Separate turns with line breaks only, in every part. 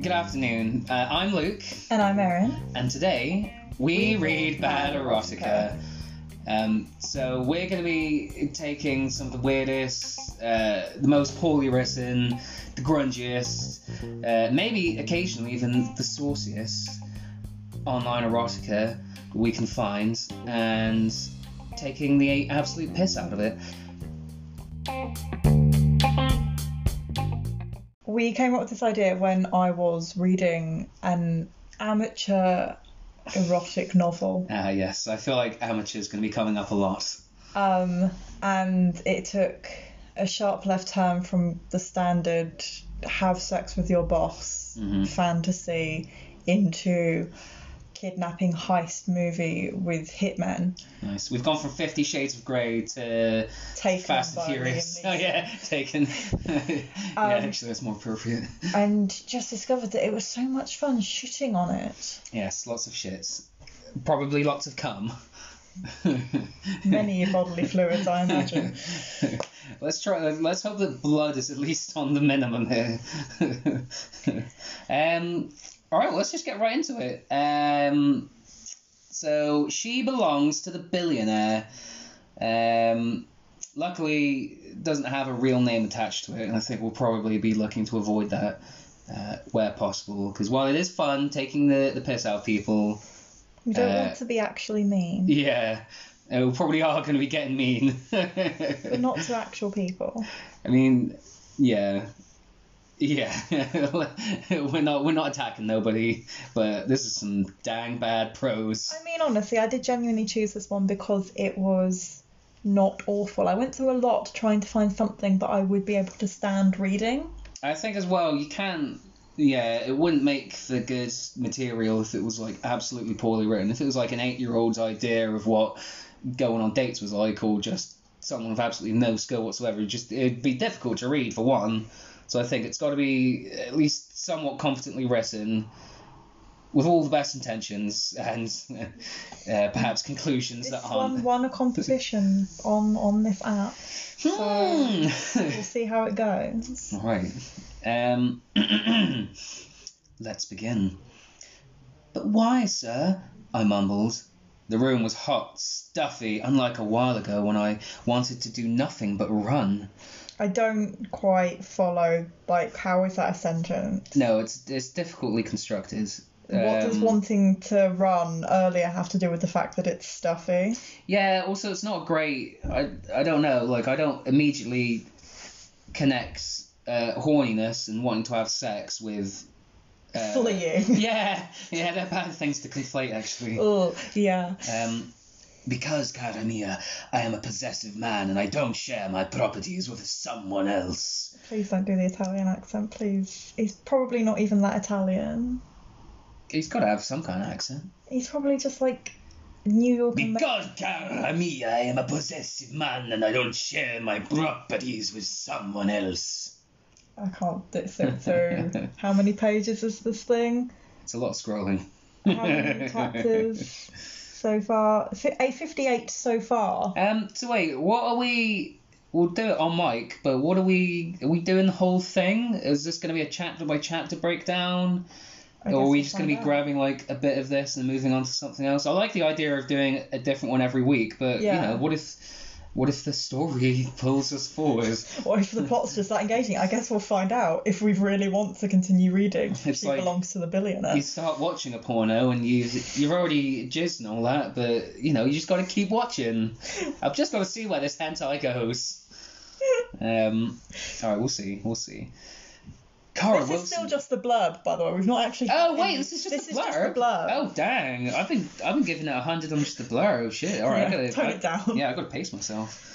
Good afternoon. Uh, I'm Luke,
And I'm Erin.
and today we read bad erotica. Um, so we're going to be taking some of the weirdest, uh, the most poorly written, the grungiest, uh, maybe occasionally even the sauciest online erotica we can find, and taking the absolute piss out of it.
We came up with this idea when I was reading an amateur erotic novel.
Ah, yes, I feel like amateur's going to be coming up a lot.
Um, and it took a sharp left turn from the standard have sex with your boss
Mm-hmm.
fantasy into kidnapping heist movie with hitmen.
Nice. We've gone from Fifty Shades of Grey to
Taken
Fast
by
and Furious.
Liam
Oh
Neeson.
yeah, Taken. yeah, actually, that's more appropriate.
And just discovered that it was so much fun shooting on it.
Yes, lots of shits. Probably lots of cum.
Many bodily fluids, I imagine.
Let's try. Let's hope that blood is at least on the minimum here. um. All right. Let's just get right into it. Um. So she belongs to the billionaire. Um. Luckily, doesn't have a real name attached to it, and I think we'll probably be looking to avoid that uh, where possible. Because while it is fun taking the the piss out of people,
You don't
Uh,
want to be actually mean.
yeah, uh, we probably are going to be getting mean.
but not to actual people.
I mean, yeah, yeah. we're not we're not attacking nobody, but this is some dang bad prose.
I mean, honestly, I did genuinely choose this one because it was not awful. I went through a lot trying to find something that I would be able to stand reading.
I think as well you can. Yeah, it wouldn't make for good material if it was like absolutely poorly written. If it was like an eight-year-old's idea of what going on dates was like, or just someone with absolutely no skill whatsoever, it just it'd be difficult to read for one. So I think it's got to be at least somewhat competently written, with all the best intentions and uh, perhaps conclusions
This
that aren't.
one won a competition on on this app.
Hmm.
We'll see how it goes.
All right. Um, let's begin. But why, sir? I mumbled. The room was hot, stuffy, unlike a while ago when I wanted to do nothing but run.
I don't quite follow. Like, how is that a sentence?
No, it's it's difficultly constructed.
what does
Um,
wanting to run earlier have to do with the fact that it's stuffy?
Yeah, also it's not great. I I don't know. Like I don't immediately connect uh, horniness and wanting to have sex with. Uh,
Fleeing.
Yeah, yeah, they're bad things to conflate actually.
Oh, yeah.
Um, because, cara mia, I am a possessive man and I don't share my properties with someone else.
Please don't do the Italian accent, please. He's probably not even that Italian.
He's got to have some kind of accent.
He's probably just like New York. Amer-
Because, cara mia, I am a possessive man and I don't share my properties with someone else.
I can't d- sit through. How many pages is this thing?
It's a lot of scrolling.
How many chapters so far? Fi- A fifty-eight so far.
Um, so wait, what are we? We'll do it on mic, but what are we? Are we doing the whole thing? Is this going to be a chapter by chapter breakdown? or
I guess
are we
we'll
just going to be
find out.
grabbing like a bit of this and moving on to something else? I like the idea of doing a different one every week, but
Yeah.
you know, what if what if the story pulls us forward?
Or if the plot's just that engaging, I guess we'll find out if we really want to continue reading.
It's
she
like-
belongs to the billionaire.
You start watching a porno and you you're already jizzed and all that, but you know you just got to keep watching. I've just got to see where this hentai goes. Um, all right, we'll see, we'll see. Cara
This
Wilson.
is still just the blurb, by the way. We've not actually.
Oh wait, this is just
this
the
is
blurb.
just the blurb.
Oh dang, I've been I've been giving it a hundred on just the blurb. Oh, shit, all right,
Yeah,
I gotta
tone
I-
it down.
Yeah, I gotta pace myself.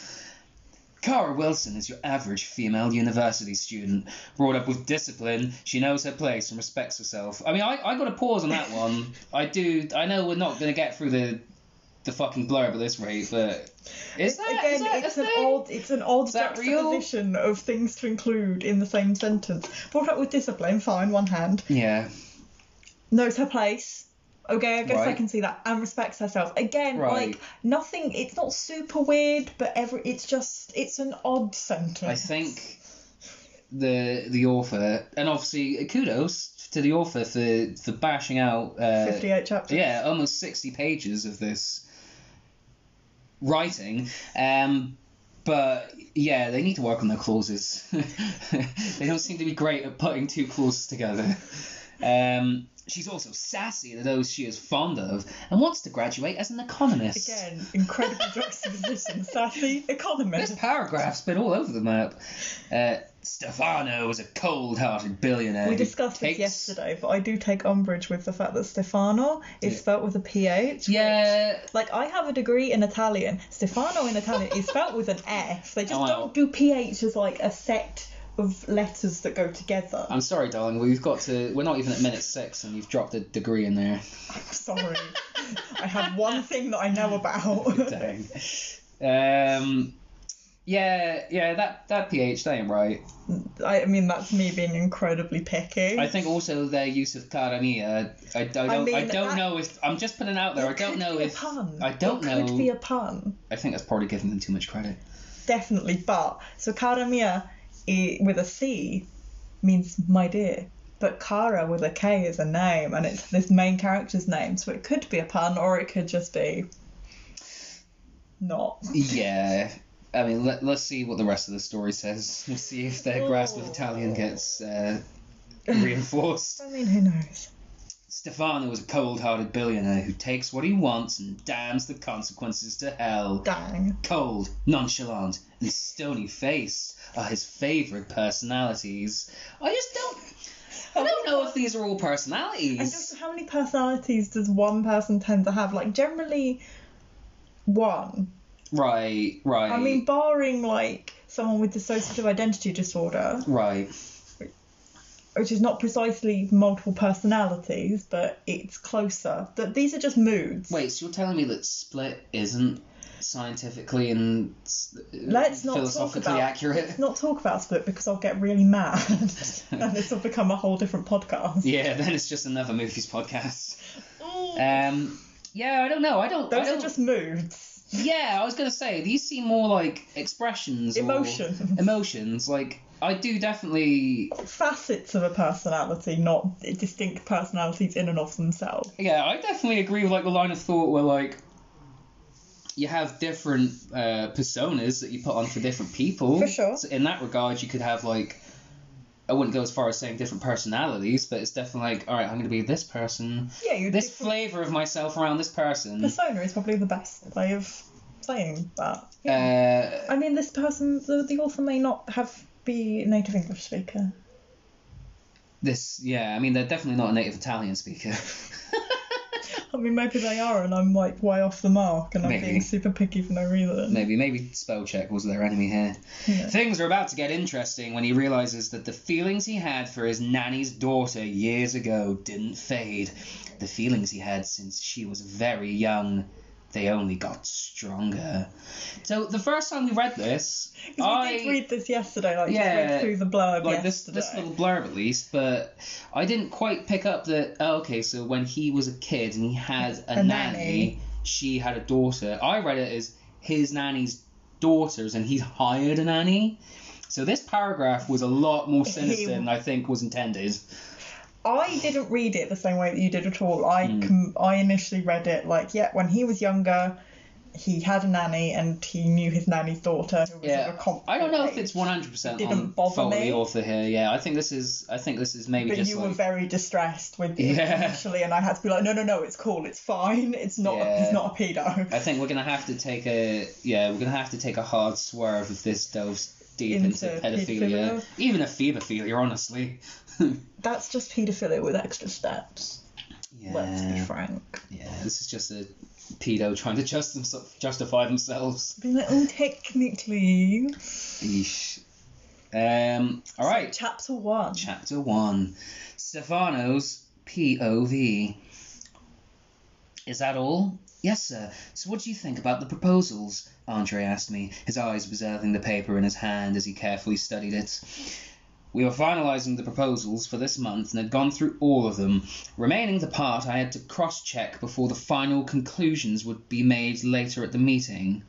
Cara Wilson is your average female university student. Brought up with discipline, she knows her place and respects herself. I mean, I, I got to pause on that one. I do. I know we're not gonna get through the the fucking blurb at this rate, but is that
Again,
is that a
it's an
thing?
odd, it's an odd
that real?
juxtaposition of things to include in the same sentence. Brought up with discipline, fine, one hand.
Yeah,
Knows her place, Okay, I guess I
Right.
can see that and respects herself. Again,
Right.
like nothing. It's not super weird, but every it's just it's an odd sentence.
I think the the author, and obviously kudos to the author for for bashing out. Uh,
fifty-eight chapters.
yeah, almost 60 pages of this writing. Um, but yeah, they need to work on their clauses. they don't seem to be great at putting two clauses together. Um, she's also sassy to those she is fond of and wants to graduate as an economist.
Again, incredible juxtaposition. Sassy
This
economist.
paragraph's been all over the map. Uh, Stefano is a cold-hearted billionaire.
We
who
discussed
takes-
this yesterday, but I do take umbrage with the fact that Stefano is
Yeah.
spelt with a PH. which-
Yeah,
Like I have a degree in Italian. Stefano in Italian is spelt with an S. They just
Oh, wow.
don't do PH as like a set of letters that go together.
I'm sorry, darling. We've got to. We're not even at minute six, and you've dropped a degree in there.
Sorry. I have one thing that I know about.
Dang. Um, yeah, yeah, that that pH they ain't right.
I I mean, that's me being incredibly picky.
I think also their use of caramia. I, I don't I,
mean,
don't
that-
know if I'm just putting it out there. I
It
don't
could
know
be
if
a pun.
I don't
it
know.
could be a pun,
I think that's probably giving them too much credit.
definitely. But so cara mia i- with a C means my dear, but cara with a K is a name, and it's this main character's name, so it could be a pun or it could just be not.
Yeah. I mean, let, let's see what the rest of the story says. We'll see if their grasp of Italian
Oh.
gets uh, reinforced.
I mean, who knows?
Stefano is a cold hearted billionaire who takes what he wants and damns the consequences to hell.
Dang.
Cold, nonchalant, and stony faced are his favourite personalities. I just don't. I don't know if these are all
And
personalities.
also, how many personalities does one person tend to have? Like, generally, one.
Right, right.
I mean, barring like someone with dissociative identity disorder,
right.
which is not precisely multiple personalities, but it's closer. That these are just moods.
Wait, so you're telling me that split isn't scientifically and s- uh,
Let's not talk
philosophically
about-
accurate?
Let's not talk about split because I'll get really mad, and this will become a whole different podcast.
Yeah, then it's just another movies podcast.
Ooh.
Um, yeah, I don't know. I don't. I
Those are
don't-
just moods.
Yeah, I was gonna say these seem more like expressions, or
Emotions.
emotions. Like I do definitely
Facets of a personality, not distinct personalities in and of themselves.
Yeah, I definitely agree with like the line of thought where like you have different uh, personas that you put on for different people.
For sure.
So in that regard, you could have like I wouldn't go as far as saying different personalities, but it's definitely like all right, I'm going to be this person,
Yeah, you
this flavor of myself around this person. Uh,
persona is probably the best way of saying that. Yeah.
Uh,
I mean, this person, the, the author may not have be a native English speaker.
this, yeah, I mean they're definitely not a native Italian speaker.
I mean, maybe they are, and I'm like way off the mark, and I'm
Maybe.
being super picky for no reason.
Maybe, maybe spell check was their enemy here.
Yeah.
Things are about to get interesting when he realizes that the feelings he had for his nanny's daughter years ago didn't fade. The feelings he had since she was very young, they only got stronger. So the first time we read this,
'Cause
I
we did read this yesterday, like just
Yeah,
read through the blurb
like this
yesterday.
this little blurb at least, but I didn't quite pick up that. Oh, okay, so when he was a kid and he had a,
A
nanny,
nanny.
she had a daughter. I read it as his nanny's daughters, and he hired a nanny. So this paragraph was a lot more sinister than I think was intended.
I didn't read it the same way that you did at all. I
Hmm.
com- I initially read it like, yeah, when he was younger, he had a nanny and he knew his nanny's daughter. Who was
Yeah,
of a comparable
I don't know if
age.
it's one hundred percent
It didn't
on
bother
fault of the
me.
author here. Yeah, I think this is. I think this is maybe
But
just
you
like,
were very distressed with it
Yeah.
initially, and I had to be like, no, no, no, it's cool, it's fine, it's not,
Yeah.
a, he's not a pedo.
I think we're gonna have to take a yeah, we're gonna have to take a hard swerve if this delves deep into,
Into
pedophilia.
pedophilia.
Even a phobophilia, honestly.
That's just paedophilia with extra steps. Let's be
yeah,
frank.
yeah, this is just a pedo trying to just themse- justify themselves.
Be like, oh, technically.
Eesh. Um. All right.
So chapter one.
Chapter one, Stefano's POV. Is that all? Yes, sir. So what do you think about the proposals? Andre asked me, his eyes observing the paper in his hand as he carefully studied it. We were finalising the proposals for this month and had gone through all of them, remaining the part I had to cross check before the final conclusions would be made later at the meeting,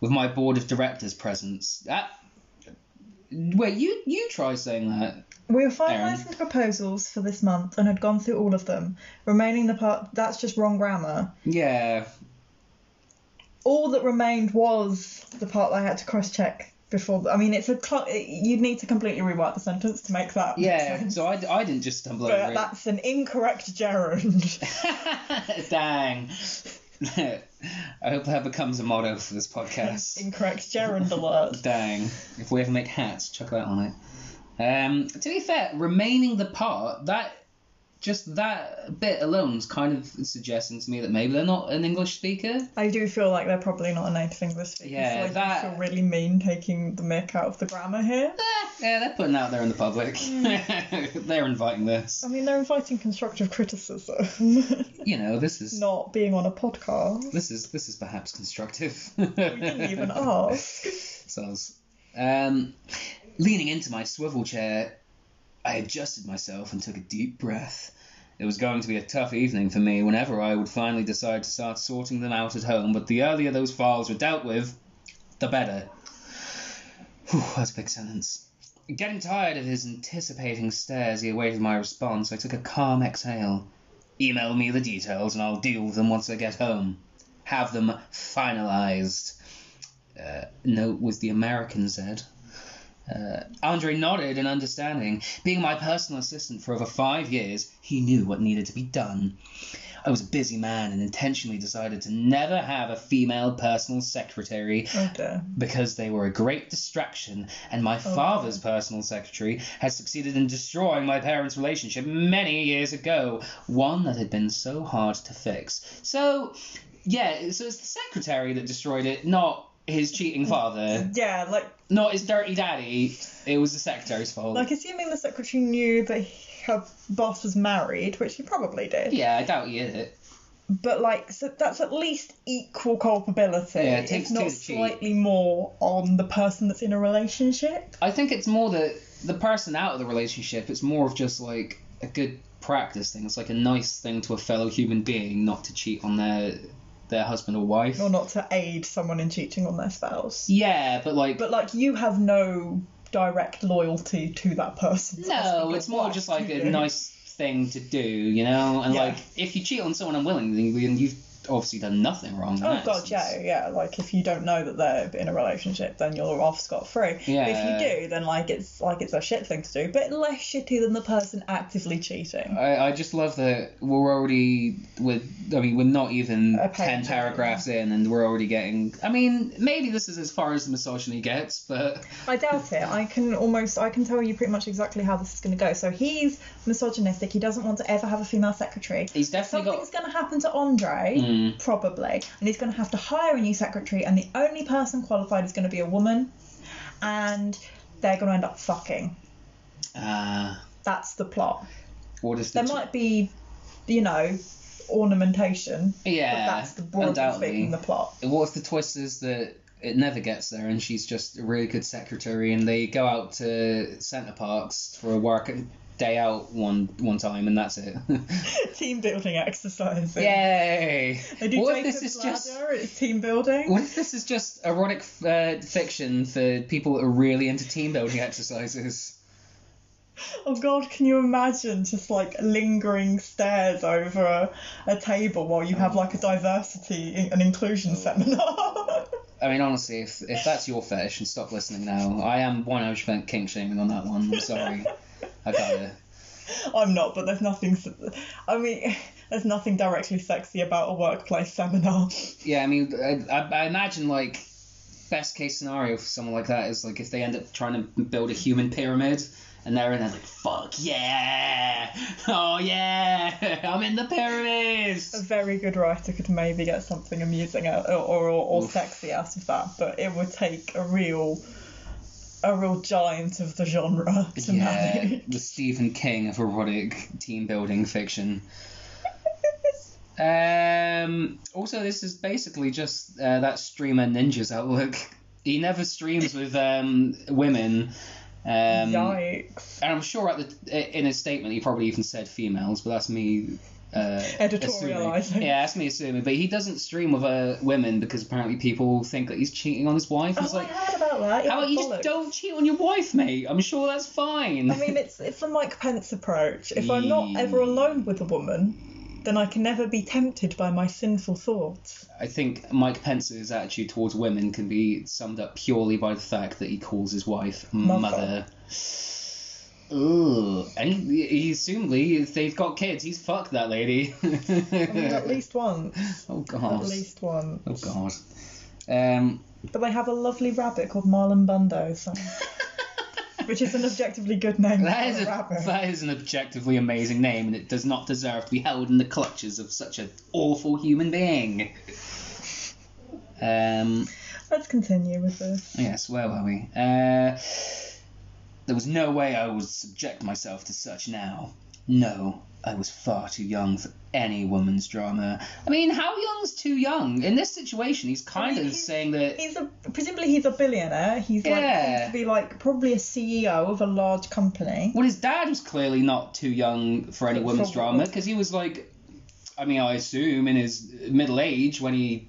with my board of directors present. That. Wait, you you try saying that.
We were finalising the proposals for this month and had gone through all of them, remaining the part that's just wrong grammar.
Yeah,
All that remained was the part that I had to cross check before. I mean, it's a cl- you'd need to completely rewrite the sentence to make that. make
yeah.
sense.
So I, I didn't just stumble over
But
it.
that's an incorrect gerund.
Dang. I hope that becomes a motto for this podcast.
incorrect gerund alert.
Dang. If we ever make hats, chuck that on it. Um, to be fair, remaining the part, that just that bit alone is kind of suggesting to me that maybe they're not an English speaker.
I do feel like they're probably not a native English speaker.
Yeah,
so I do
that-
feel really mean taking the mick out of the grammar here.
Eh, yeah, they're putting out there in the public.
Mm.
they're inviting this.
I mean, they're inviting constructive criticism,
You know, this is
not being on a podcast.
this is this is perhaps constructive.
We didn't even ask.
So I was, um, leaning into my swivel chair, I adjusted myself and took a deep breath. It was going to be a tough evening for me whenever I would finally decide to start sorting them out at home, but the earlier those files were dealt with, the better. Whew, that's a big sentence. Getting tired of his anticipating stare as he awaited my response, I took a calm exhale. Email me the details and I'll deal with them once I get home. Have them finalized uh, note was the American Z. Uh, Andre nodded in understanding. Being my personal assistant for over five years, he knew what needed to be done. I was a busy man and intentionally decided to never have a female personal secretary
Oh dear.
because they were a great distraction, and my father's personal secretary had succeeded in destroying my parents' relationship many years ago, one that had been so hard to fix. So, yeah, so it's the secretary that destroyed it, not his cheating father,
Yeah, like
not his dirty daddy. It was the secretary's fault.
like assuming the secretary knew that her boss was married, which he probably did.
yeah, I doubt he did it.
But like, so that's at least equal culpability.
Yeah, it
if
takes two
not
to cheat.
slightly more on the person that's in a relationship.
I think it's more that the person out of the relationship, it's more of just like a good practice thing. It's like a nice thing to a fellow human being not to cheat on their their husband or wife.
Or not to aid someone in cheating on their spouse.
Yeah, but like
But like you have no direct loyalty to that person.
no, it's more just like a nice thing to do, you know? And
Yeah.
like if you cheat on someone unwillingly, then you've obviously done nothing wrong. in
Oh
that
god,
sense.
yeah, yeah. Like if you don't know that they're in a relationship, then you're off scot free. But
Yeah.
if you do, then like it's like it's a shit thing to do, but less shitty than the person actively cheating.
I, I just love that we're already with I mean we're not even
A page
ten
in.
paragraphs in and we're already getting I mean maybe this is as far as the misogyny gets but
I doubt it. I can almost I can tell you pretty much exactly how this is going to go. So he's misogynistic. He doesn't want to ever have a female secretary.
he's definitely got
Something's going to happen to Andre,
Mm.
probably, and he's going to have to hire a new secretary, and the only person qualified is going to be a woman, and they're going to end up fucking.
Uh,
That's the plot.
what is the
There
t-
might be, you know, ornamentation, but
yeah,
that's the broadly
undoubtedly.
speaking the plot.
What if the twist is that it never gets there and she's just a really good secretary and they go out to Centre Parks for a work day out one one time and that's it.
team building exercise.
Yay!
They do
What if
Jacob's
this is
ladder.
just
It's team building.
what if this is just erotic uh, fiction for people that are really into team building exercises?
Oh god, can you imagine just like lingering stares over a, a table while you have like a diversity and
Oh.
inclusion seminar?
I mean, honestly, if if that's your fetish, and stop listening now. I am one hundred percent king shaming on that one. I'm sorry, I gotta.
I'm not, but there's nothing. s- I mean, there's nothing directly sexy about a workplace seminar.
Yeah, I mean, I, I, I imagine like best case scenario for someone like that is like if they end up trying to build a human pyramid and they're in there like fuck yeah, oh yeah, I'm in the pyramid.
A very good writer could maybe get something amusing out or or, or
Oof.
sexy out of that, but it would take a real, a real giant of the genre to
Yeah,
manage.
the Stephen King of erotic team building fiction. Um, also, this is basically just uh, that streamer Ninja's outlook. He never streams with um, women. Um,
Yikes.
And I'm sure at the in his statement he probably even said females, but that's me. Uh,
Editorializing.
assuming. Yeah, that's me assuming. But he doesn't stream with uh, women because apparently people think that he's cheating on his wife. It's
Oh,
like,
I heard about that. Yeah,
how about you just
bollocks.
don't cheat on your wife, mate? I'm sure that's fine.
I mean, it's it's the Mike Pence approach. If I'm not ever alone with a woman, then I can never be tempted by my sinful thoughts.
I think Mike Pence's attitude towards women can be summed up purely by the fact that he calls his wife mother.
Mother.
Ooh, and he, he assumedly if they've got kids. He's fucked that lady.
I mean, at least once.
oh
At
god.
least once.
Oh god. Um,
But they have a lovely rabbit called Marlon Bundo, so- which is an objectively good name.
that
for
is
a
a,
rabbit.
that is an objectively amazing name, and it does not deserve to be held in the clutches of such an awful human being. Um.
Let's continue with this.
Yes, where were we? Uh, there was no way I would subject myself to such now. No, I was far too young for any woman's drama. I mean, how young's too young? In this situation, he's kind
I mean,
of
he's-
saying that.
He's a presumably he's a billionaire. He's like
Yeah.
seems to be like probably a CEO of a large company.
Well, his dad was clearly not too young for any
For-
women's
for-
drama because he was like, I mean, I assume in his middle age when he.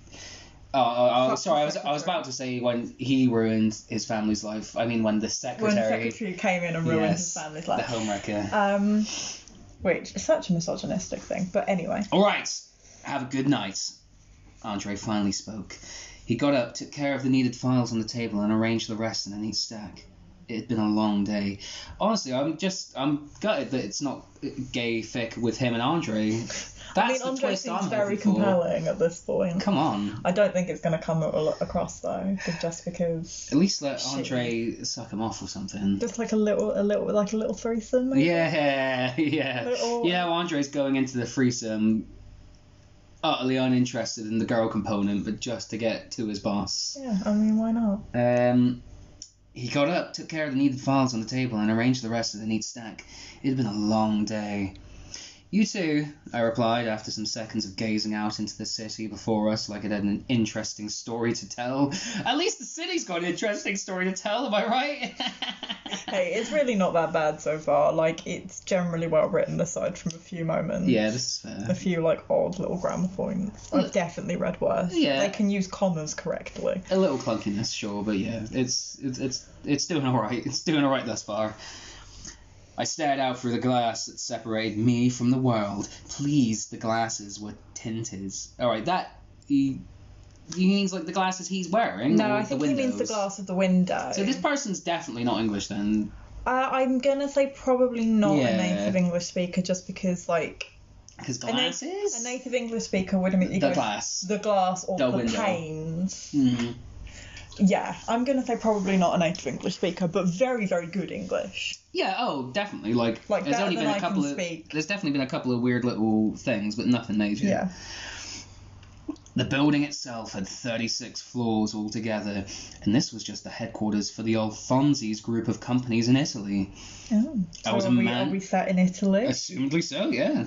Uh, uh, uh,
Fuck
sorry, I was
the
I was about to say when he ruined his family's life. I mean, when the
When
secretary,
the secretary came in and ruined his
yes,
family's
the
life.
homewrecker.
Um, which is such a misogynistic thing. But anyway,
All right, have a good night. Andre finally spoke. He got up, took care of the needed files on the table, and arranged the rest in a neat stack. It had been a long day. Honestly, I'm just I'm gutted that it's not gay fic with him and Andre. That's
I mean
the
Andre
twist
seems
I'm
very
hoping for.
compelling at this point.
Come on,
I don't think it's going to come a- across though, just because
at least let
Shit.
Andre suck him off or something.
just like a little, a little, like a little threesome. maybe?
Yeah, yeah.
They're all-
You know, Andre's going into the threesome utterly uninterested in the girl component, but just to get to his boss.
Yeah, I mean, why not?
Um, he got up, took care of the needed files on the table, and arranged the rest of the neat stack. It had been a long day. You too, I replied after some seconds of gazing out into the city before us like it had an interesting story to tell. At least the city's got an interesting story to tell, am I right?
Hey, it's really not that bad so far. Like, it's generally well written, aside from a few moments.
yeah, this is
A
fair.
few like odd little grammar points. I've definitely read worse.
Yeah.
They can use commas correctly.
A little clunkiness, sure, but yeah, it's it's it's, it's doing alright. It's doing alright thus far. I stared out through the glass that separated me from the world. Please, the glasses were tinted. All right, that he, he means like the glasses he's wearing.
No,
or
I
the
think he means the
windows?
glass of the window.
So this person's definitely not English then.
Uh, I'm gonna say probably not
Yeah.
a native English speaker, just because like
Because
a, na-
glasses.
a native English speaker would immediately
The
go
glass.
the glass or
The
the,
window.
panes.
Mhm.
Yeah, I'm gonna say probably not a native English speaker, but very very good English.
Yeah. Oh, definitely. Like,
Like,
there's
better
only been
than
a
I can
couple of
speak.
there's definitely been a couple of weird little things, but nothing major. The building itself had 36 floors altogether, and this was just the headquarters for the Alfonsi's group of companies in Italy.
Oh.
I
So
was a
are, we,
man-
are we sat in Italy?
Assumedly so, yeah.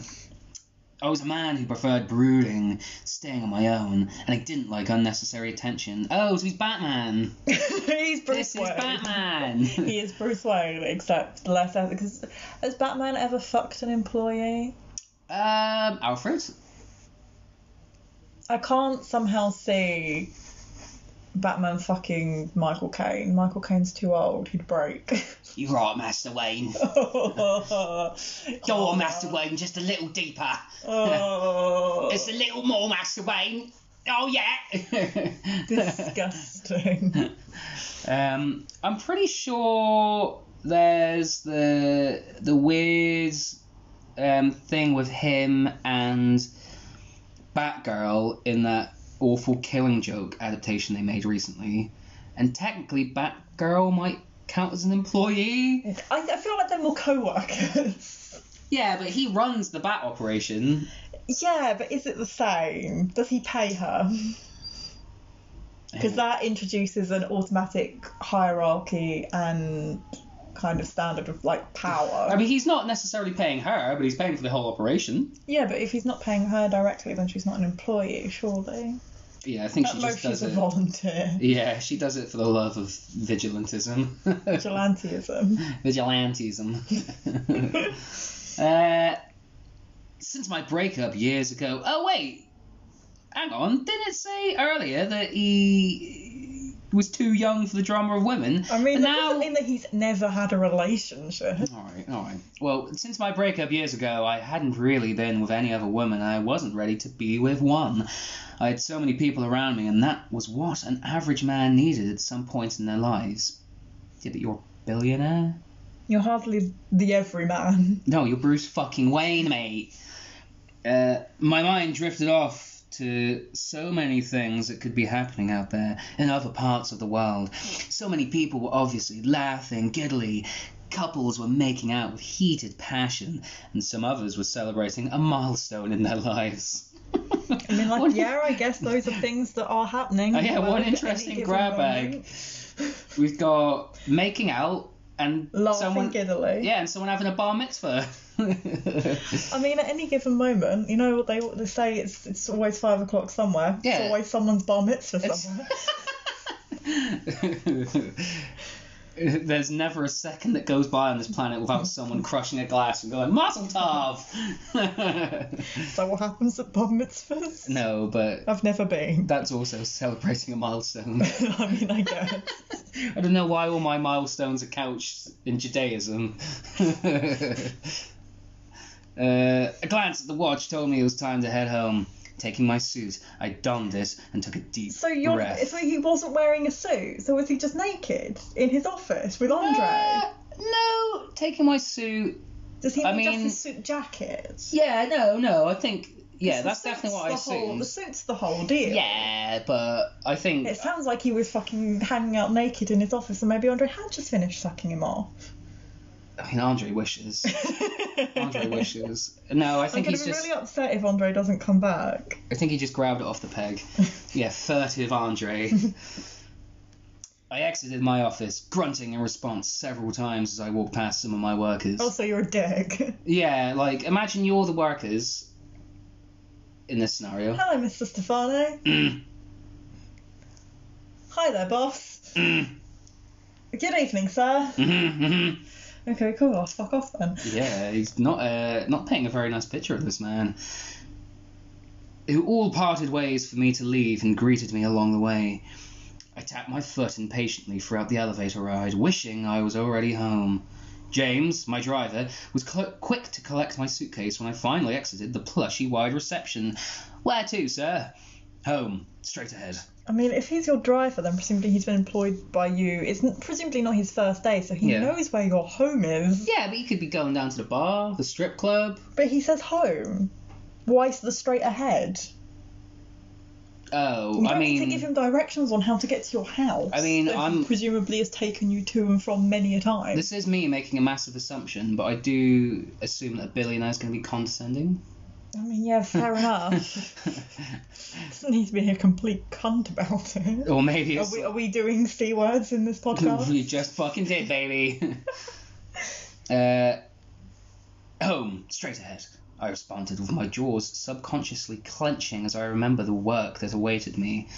I was a man who preferred brooding, staying on my own, and I didn't like unnecessary attention. Oh, so he's Batman!
He's Bruce
This is
Wayne.
Batman!
He is Bruce Wayne, except less because has Batman ever fucked an employee?
um, Alfred?
I can't somehow see Batman fucking Michael Caine. Michael Caine's too old. He'd break.
You're right, Master Wayne. Go
Go
on, Master Wayne, just a little deeper.
Oh,
Just a little more, Master Wayne. Oh, yeah!
disgusting.
Um, I'm pretty sure there's the the weird um, thing with him and Batgirl in that awful Killing Joke adaptation they made recently, and technically Batgirl might count as an employee.
I, I feel like they're more co-workers.
Yeah, but he runs the Bat operation.
Yeah, but is it the same? Does he pay her? Because that introduces an automatic hierarchy and kind of standard of like power.
I mean, he's not necessarily paying her, but he's paying for the whole operation.
yeah, but if he's not paying her directly, then she's not an employee, surely.
yeah, I think
At
she
most
just does
she's a
it.
volunteer.
Yeah, she does it for the love of vigilantism.
Vigilantism.
Vigilantism. uh, since my breakup years ago. Oh, wait! Hang on, didn't it say earlier that he was too young for the drama of women?
I mean,
But
that doesn't mean that he's never had a relationship.
Alright, alright. Well, since my breakup years ago, I hadn't really been with any other woman. I wasn't ready to be with one. I had so many people around me, and that was what an average man needed at some point in their lives. Yeah, but you're a billionaire?
You're hardly the everyman.
No, you're Bruce fucking Wayne, mate. Uh, my mind drifted off to so many things that could be happening out there in other parts of the world. So many people were obviously laughing giddily. Couples were making out with heated passion, and some others were celebrating a milestone in their lives.
I mean, like,
What-
yeah, I guess those are things that are happening.
Oh, yeah,
Well,
one
at any
interesting
given
grab bag. We've got making out and
Laughing
someone,
giddily.
yeah, and someone having a bar mitzvah.
I mean, at any given moment, you know what they, they say? It's it's always five o'clock somewhere.
Yeah.
It's always someone's bar mitzvah
It's-
somewhere.
There's never a second that goes by on this planet without someone crushing a glass and going Mazel Tov.
Is that what happens at bar mitzvahs?
no, but
I've never been.
that's also celebrating a milestone.
I mean, I guess.
I don't know why all my milestones are couched in Judaism. Uh, a glance at the watch told me it was time to head home. Taking my suit, I donned it and took a deep
So you're
breath.
so he wasn't wearing a suit. So was he just naked in his office with Andre?
Uh, no, taking my suit
Does he
I
need
mean-
just a suit jacket?
Yeah, no, no. I think yeah,
The
that's
suit's
definitely what I
the whole,
assumed.
The suit's the whole deal.
Yeah, but I think
It sounds like he was fucking hanging out naked in his office, and maybe Andre had just finished sucking him off.
I mean Andre wishes. Andre wishes. No, I
I'm
think
gonna
he's
be
just.
really upset if Andre doesn't come back.
I think he just grabbed it off the peg. yeah, furtive Andre. I exited my office, grunting in response several times as I walked past some of my workers.
Also, you're a dick.
Yeah, like imagine you're the workers in this scenario. Mm,
Hello, Mr. Stefano. Hi there, boss.
mm,
Good evening, sir.
Mhm, mhm.
Okay, cool. I'll fuck off then.
Yeah, he's not uh, not painting a very nice picture of this man. Who all parted ways for me to leave and greeted me along the way. I tapped my foot impatiently throughout the elevator ride, wishing I was already home. James, my driver, was cl- quick to collect my suitcase when I finally exited the plushy wide reception. Where to, sir? Home. Straight ahead.
I mean, if he's your driver, then presumably he's been employed by you. It's n- presumably not his first day, so he
Yeah.
knows where your home is.
Yeah, but you could be going down to the bar, the strip club.
But he says home. Why the straight ahead?
Oh,
You don't
I mean.
need to give him directions on how to get to your house.
I mean,
that he
I'm-
presumably has taken you to and from many a time.
This is me making a massive assumption, but I do assume that a billionaire is going to be condescending.
I mean, yeah, fair enough. Doesn't need to be a complete cunt about it.
or maybe
Are
it's
we, are we doing c words in this podcast?
you just fucking did, baby. uh, home, straight ahead. I responded with my jaws subconsciously clenching as I remember the work that awaited me.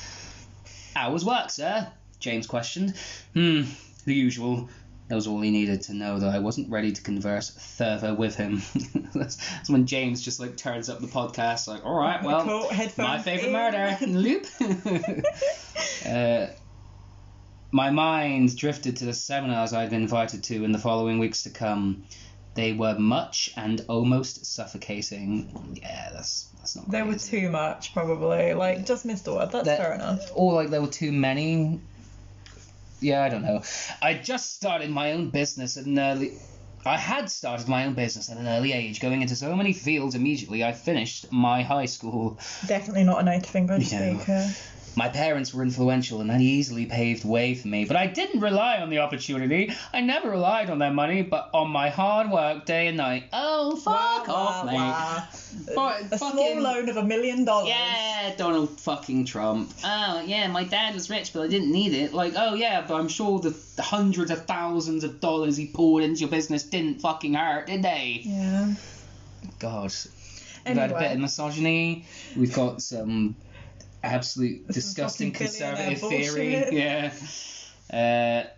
Hours work, sir? James questioned. Hmm, the usual. That was all he needed to know that I wasn't ready to converse further with him. that's, that's when James just like turns up the podcast, like, all right, well,
Cool, headphones
my favorite
in."
murder loop. uh, my mind drifted to the seminars I'd been invited to in the following weeks to come. They were much and almost suffocating. Yeah, that's that's not.
There
great,
were
is it?
too much, probably. Like, just missed a word. That's
That-
fair enough.
Or like there were too many. Yeah, I don't know. I just started my own business at an early. I had started my own business at an early age, going into so many fields immediately. I finished my high school.
Definitely not a native English
No.
speaker.
My parents were influential and had easily paved way for me, but I didn't rely on the opportunity. I never relied on their money, but on my hard work day and night. Oh, fuck
Wah,
off,
wah,
mate.
wah.
But
A small
fucking-
loan of a million dollars.
Yeah, Donald fucking Trump. Oh, yeah, my dad was rich, but I didn't need it. Like, oh, yeah, but I'm sure the hundreds of thousands of dollars he poured into your business didn't fucking hurt, did they?
Yeah.
God. We've had a bit of
Anyway,
misogyny. We've got some absolute
Some
disgusting
fucking billionaire
conservative theory.
bullshit.
Yeah. Uh,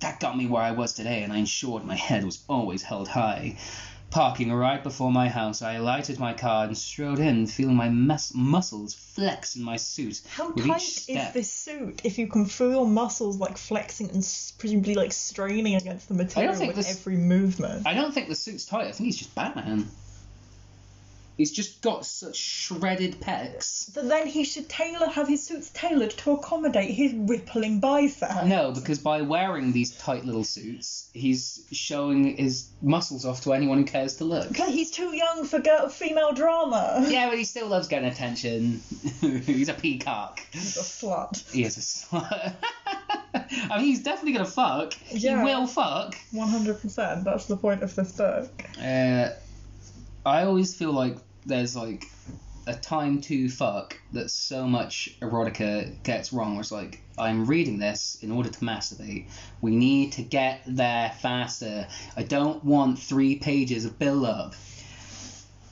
that got me where I was today, and I ensured my head was always held high. Parking right before my house, I lighted my car and strode in, feeling my mus- muscles flex in my suit.
How
with
tight
each
is
step.
this suit if you can feel your muscles like flexing and s- presumably like straining against the material
think
with
this-
every movement?
I don't think the suit's tight. I think he's just Batman. He's just got such shredded pecs.
But then he should tailor have his suits tailored to accommodate his rippling bicep.
No, because by wearing these tight little suits, he's showing his muscles off to anyone who cares to look.
But he's too young for girl female drama.
Yeah, but he still loves getting attention. he's a peacock.
He's a slut.
He is a slut. I mean, he's definitely gonna fuck.
Yeah.
He will fuck.
One hundred percent. That's the point of this book.
Uh, I always feel like there's like a time to fuck that so much erotica gets wrong. Where it's like I'm reading this in order to masturbate. We need to get there faster. I don't want three pages of build up.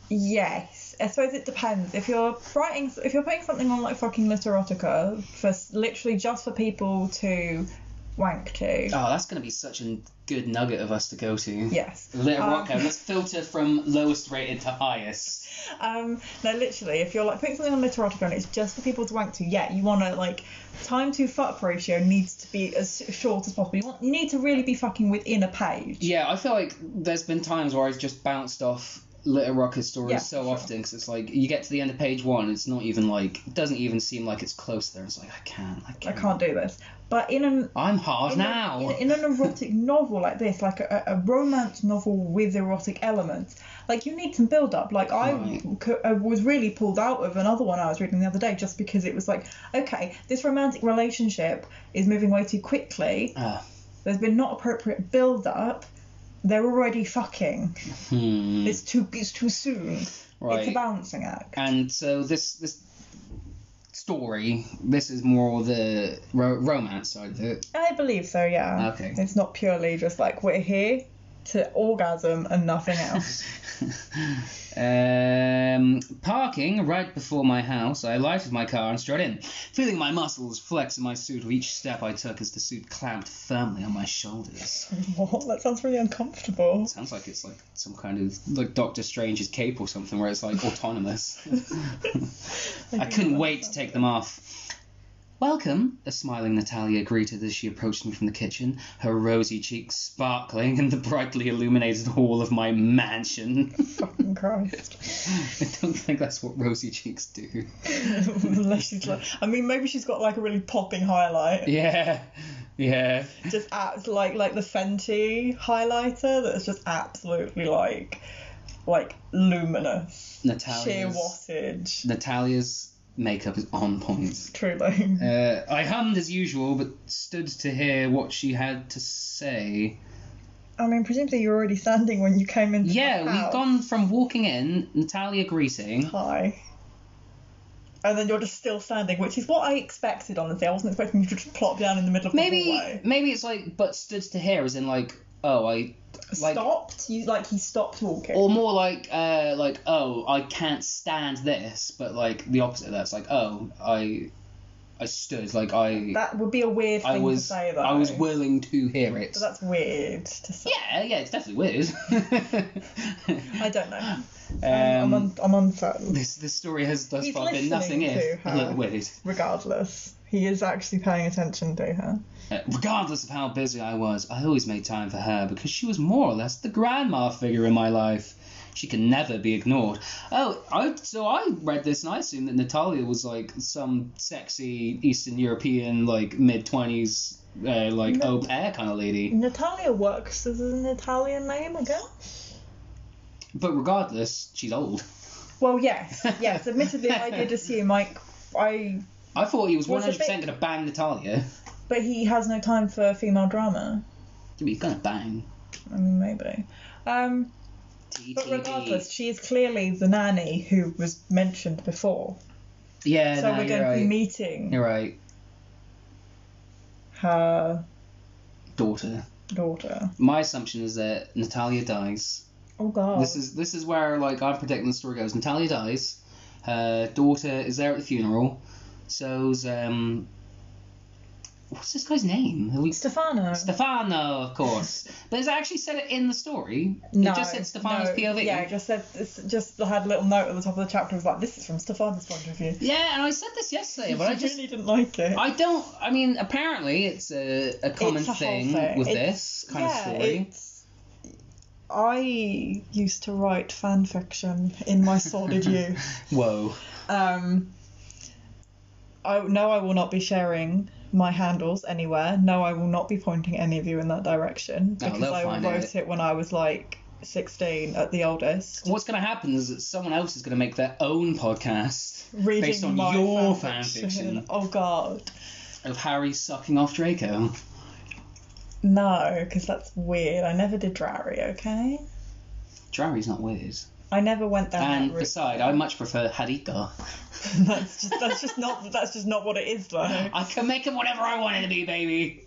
Yes, I suppose it depends. If you're writing, if you're putting something on like fucking literotica for s- literally just for people to wank to.
Oh, that's gonna be such a good nugget of us to go to.
Yes.
Little
Um,
Rocco, let's filter from lowest rated to highest.
Um, no, literally, if you're like putting something on literotica and it's just for people to wank to, yeah, you want to like time to fuck ratio needs to be as short as possible. You want you need to really be fucking within a page.
Yeah, I feel like there's been times where I've just bounced off Little Rocket stories
Yeah,
so
sure.
often because it's like you get to the end of page one, it's not even like it doesn't even seem like it's close there. It's like I can't, I
I
can't.
can't do this. But in an
I'm hard
in a-
now.
in, in an erotic novel like this, like a, a romance novel with erotic elements, like you need some build up. Like I,
Right.
cou- I was really pulled out of another one I was reading the other day just because it was like, okay, this romantic relationship is moving way too quickly.
Ah,
There's been not appropriate build up. They're already fucking.
hmm,
It's too it's too soon. It's a
right.
balancing act.
and so this this story, this is more the ro- romance side of it.
I believe so. Yeah.
Okay.
It's not purely just like we're here to orgasm and nothing else.
um, parking right before my house, I lighted my car and strode in, feeling my muscles flex in my suit with each step I took as the suit clamped firmly on my shoulders.
What? That sounds really uncomfortable.
Sounds like it's like some kind of like Doctor Strange's cape or something, where it's like autonomous. I couldn't wait to take them off. Welcome, a smiling Natalia greeted as she approached me from the kitchen, her rosy cheeks sparkling in the brightly illuminated hall of my mansion.
Fucking Christ.
I don't think that's what rosy cheeks do.
Unless she's like, I mean, maybe she's got like a really popping highlight.
Yeah, yeah.
Just abs like like the Fenty highlighter that's just absolutely like like luminous, sheer
Natalia's
wattage.
Natalia's makeup is on point.
Truly.
Uh, I hummed as usual, but stood to hear what she had to say.
I mean, presumably you're already standing when you came into
Yeah,
the
we've
house.
gone from walking in, Natalia greeting.
Hi. And then you're just still standing, which is what I expected. Honestly, I wasn't expecting you to just plop down in the middle of the
Maybe,
hallway.
maybe it's like, but stood to hear, as in like, oh, I like,
stopped. You like he stopped walking.
or more like, uh, like, oh, I can't stand this, but like the opposite of that. It's like, oh, I, I stood, like I,
That would be a weird thing
I was,
to say, though.
I was willing to hear it.
But that's weird to say.
Yeah, yeah, it's definitely weird.
I don't know. I'm- I'm,
Um,
un- I'm uncertain.
This this story has thus
He's
far been nothing
listening
if
to
a
her.
little weird.
Regardless, he is actually paying attention to her.
Uh, regardless of how busy I was, I always made time for her because she was more or less the grandma figure in my life. She can never be ignored. Oh, I so I read this and I assumed that Natalia was like some sexy Eastern European like mid twenties uh, like
No.
au pair kind of lady.
Natalia works as an Italian name, I guess.
But regardless, she's old.
Well, yes, yes. Admittedly, I did assume like I,
I thought he was one
Was a
hundred
bit-
percent gonna bang Natalia.
but he has no time for female drama.
He's gonna bang.
I mean, maybe. Um, but
TTD.
regardless, she is clearly the nanny who was mentioned before.
yeah,
so
no,
we're
you're
going to be
right.
meeting
You're right,
her
daughter.
daughter.
My assumption is that Natalia dies.
Oh God.
This is this is where like I'm predicting the story goes. Natalia dies. Her daughter is there at the funeral. So's um, what's this guy's name? Have we-
Stefano.
Stefano, of course. but is it actually said it in the story?
no,
it just said Stefano's
no,
POV.
Yeah, it just said it's just I had a little note at the top of the chapter. It was like, this is from Stefano's point of view.
Yeah, and I said this yesterday, but I
You
just
really didn't like it.
I don't. I mean, apparently it's a, a common
It's a whole
thing,
thing.
with
It's-
this kind
yeah,
of story.
It's, I used to write fan fiction in my sordid youth.
Whoa.
Um, I no, I will not be sharing my handles anywhere. No, I will not be pointing any of you in that direction
No,
because
they'll
I
find
wrote
it.
it. when I was like sixteen at the oldest.
What's going to happen is that someone else is going to make their own podcast
Reading
based on
my
your fan
fan
fiction
Oh God,
of Harry sucking off Draco.
no, because that's weird. I never did Drowry. Okay,
Drary's not weird.
I never went down
And
that route.
beside, I much prefer Harika.
that's just that's just not that's just not what it is though.
I can make him whatever I want him to be, baby.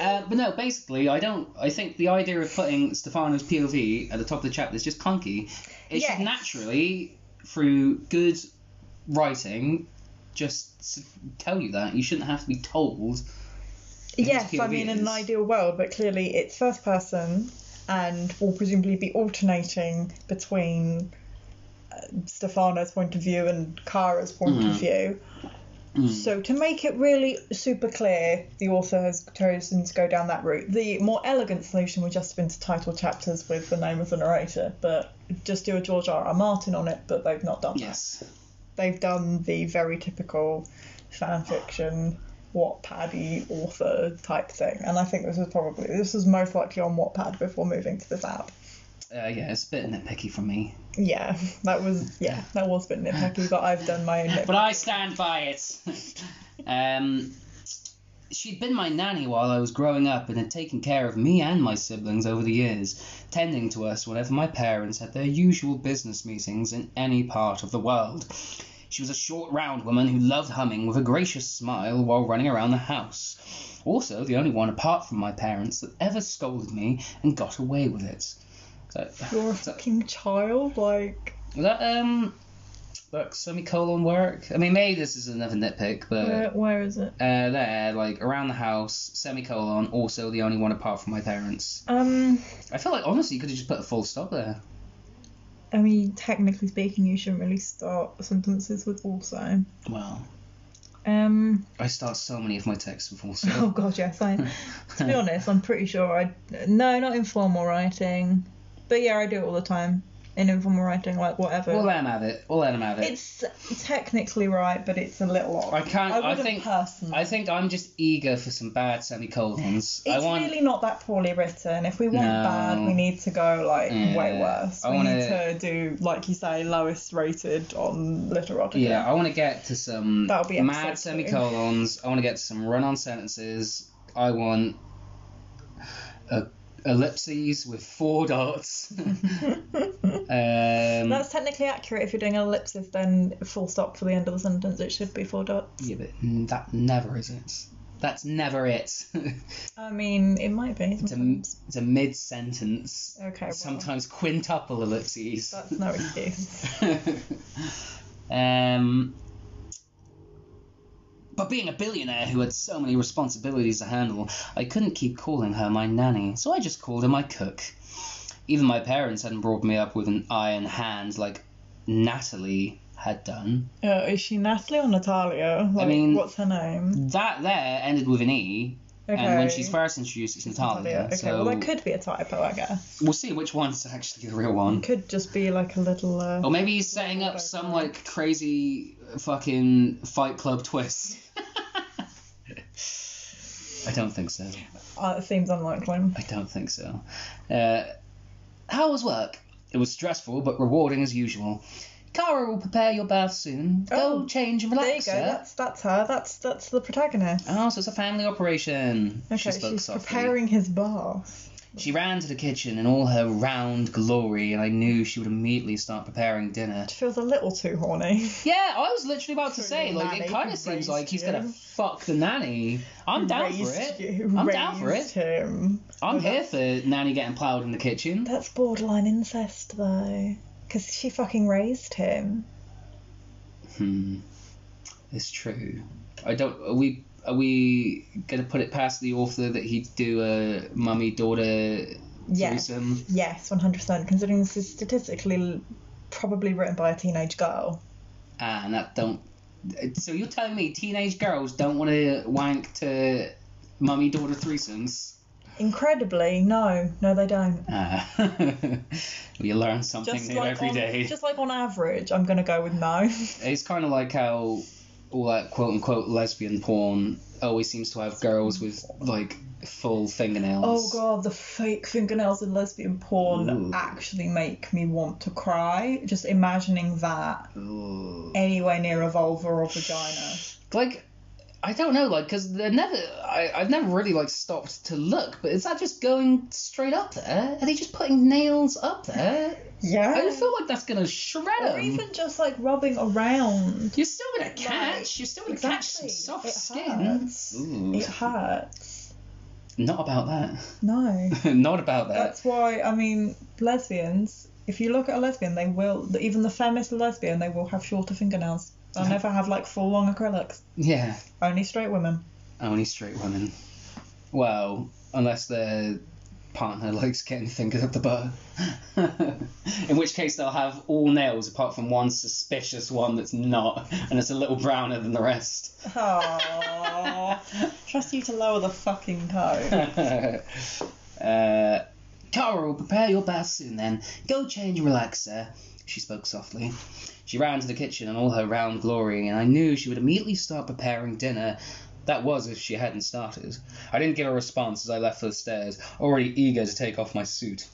Uh, but no, basically, I don't. I think the idea of putting Stefano's POV at the top of the chapter is just clunky. It
Yes.
should naturally, through good writing, just s- tell you that. You shouldn't have to be told. his
Yes, I
POV
mean in an
is.
ideal world, but clearly it's first person and will presumably be alternating between uh, Stefano's point of view and Kara's point of view. So to make it really super clear, the author has chosen to go down that route. The more elegant solution would just have been to title chapters with the name of the narrator, but just do a George R. R. Martin on it, but they've not done that.
Yes.
they've done the very typical fan fiction Wattpad author type thing, and I think this was probably this was most likely on Wattpad before moving to this app.
Uh, yeah, it's a bit nitpicky from me,
Yeah, that was yeah that was a bit nitpicky, but I've done my own. Nitpick.
but I stand by it. um, she'd been my nanny while I was growing up and had taken care of me and my siblings over the years, tending to us whenever my parents had their usual business meetings in any part of the world. She was a short, round woman who loved humming with a gracious smile while running around the house. Also, the only one apart from my parents that ever scolded me and got away with it. So,
You're a fucking child, like
was that um look semicolon work? I mean maybe this is another nitpick, but
where, where is it?
uh there, like around the house, semicolon, also the only one apart from my parents.
Um,
I feel like honestly you could have just put a full stop there.
I mean, technically speaking, you shouldn't really start sentences with also.
Well.
Um,
I start so many of my texts with full
oh
stop.
god, yes, I. to be honest, I'm pretty sure I no, not informal writing, but yeah, I do it all the time in informal writing, like whatever.
We'll let him have it. We'll let him have it.
it's technically right, but it's a little off.
I can't
I
I,
wouldn't
think
personally.
I think I'm just eager for some bad semicolons.
it's
I want
really not that poorly written. If we want
No.
bad, we need to go like
Yeah.
way worse.
I
we
wanna-
need to do, like you say, lowest rated on Literotica.
Yeah, I want to get to some
That'll be
mad
episode two.
semicolons. I want to get to some run-on sentences. I want uh ellipses with four dots. um,
That's technically accurate. If you're doing an ellipsis, then full stop for the end of the sentence. It should be four dots.
yeah, but that never is it. That's never it. it's
I mean, it might be.
a it's a mid-sentence.
Okay. well,
Sometimes quintuple ellipses.
that's no excuse.
um, but being a billionaire who had so many responsibilities to handle, I couldn't keep calling her my nanny, so I just called her my cook. Even my parents hadn't brought me up with an iron hand like Natalie had done.
Uh, is she Natalie or Natalia? Like,
mean-
what's her name?
That there ended with an E,
Okay.
and when she's first introduced, it's Natalia.
Natalia. Okay,
so
well, that could be a typo, I guess.
we'll see which one's actually the real one.
Could just be like a little. Uh,
Or maybe he's setting up some like crazy fucking Fight Club twist. I don't think so.
uh, it seems unlikely.
I don't think so. Uh, how was work? It was stressful but rewarding as usual. Kara will prepare your bath soon. Go
Oh,
change and
There you
relax,
go.
sir.
That's that's her. That's that's the protagonist.
Oh, so it's a family operation.
Okay,
spoke
she's
softly.
preparing his bath.
She ran to the kitchen in all her round glory, and I knew she would immediately start preparing dinner.
It feels a little too horny.
Yeah, I was literally about to
For
say,
your
like, it
nanny
kind
who
of seems
raised
like he's gonna
you.
fuck the nanny. I'm down for it.
Raised you-
I'm down for
raised
it.
Him.
I'm
Oh,
here for nanny getting ploughed in the kitchen.
That's borderline incest though, because she fucking raised him.
Hmm. It's true. I don't. Are we are we gonna put it past the author that he'd do a mummy daughter
Yes.
threesome?
Yes, 100%. Considering this is statistically l- probably written by a teenage girl.
Ah, and that don't. So you're telling me teenage girls don't want to wank to mummy daughter threesomes?
Incredibly, no, no, they don't.
Ah, you learn something
Just
new
like,
every
on,
day.
just like on average, I'm going to go with no.
It's kind of like how all that quote unquote lesbian porn always seems to have girls with like full
Oh
fingernails.
god, the fake fingernails in lesbian porn
Ooh.
actually make me want to cry. Just imagining that Oh,
Ooh.
anywhere near a vulva or vagina.
Like, I don't know, like, because they're never. I, I've never really like stopped to look, but is that just going straight up there? Are they just putting nails up there? I
Yeah.
don't feel like that's gonna shred
Or
'em.
even just like rubbing around.
You're still gonna catch. You're still gonna catch some
Exactly.
soft
It
skin.
hurts.
Ooh.
It hurts.
Not about that.
No.
Not about that.
That's why I mean lesbians. If you look at a lesbian, they will even the feminist lesbian they will have shorter fingernails. They'll
Yeah.
never have like full long acrylics.
Yeah.
Only straight women.
Only straight women. Well, unless their partner likes getting fingered up the butt. In which case, they'll have all nails apart from one suspicious one that's not, and it's a little browner than the rest.
Aww. Trust you to lower the fucking tone.
uh, Carl, prepare your bath soon then. Go change and relax, sir. She spoke softly. She ran to the kitchen in all her round glory, and I knew she would immediately start preparing dinner. That was if she hadn't started. I didn't give a response as I left for the stairs, already eager to take off my suit.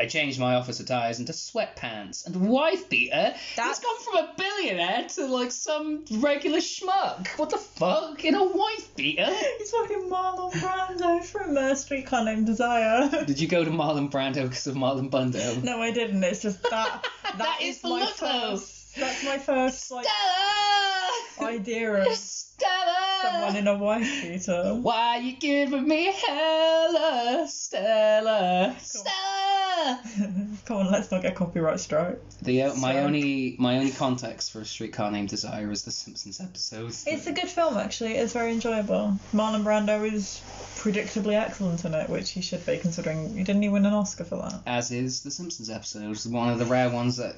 I changed my office attires into sweatpants and wife beater.
That's-
He's gone from a billionaire to like some regular schmuck. What the fuck? In a wife beater?
He's fucking Marlon Brando from uh, Streetcar Named Desire.
Did you go to Marlon Brando because of Marlon Brando?
no, I didn't. It's just that.
That is the
my
look, though.
first. That's my first like
Stella!
idea of someone
Stella!
in a um. wife beater.
Why you giving me hella, Stella?
Cool.
Stella!
Come on, let's not get copyright strike.
The uh, my
Sorry.
only my only context for a streetcar named Desire is the Simpsons episodes.
It's a good film, actually. It's very enjoyable. Marlon Brando is predictably excellent in it, which he should be, considering he didn't he win an Oscar for that.
As is the Simpsons episode, it's one of the rare ones that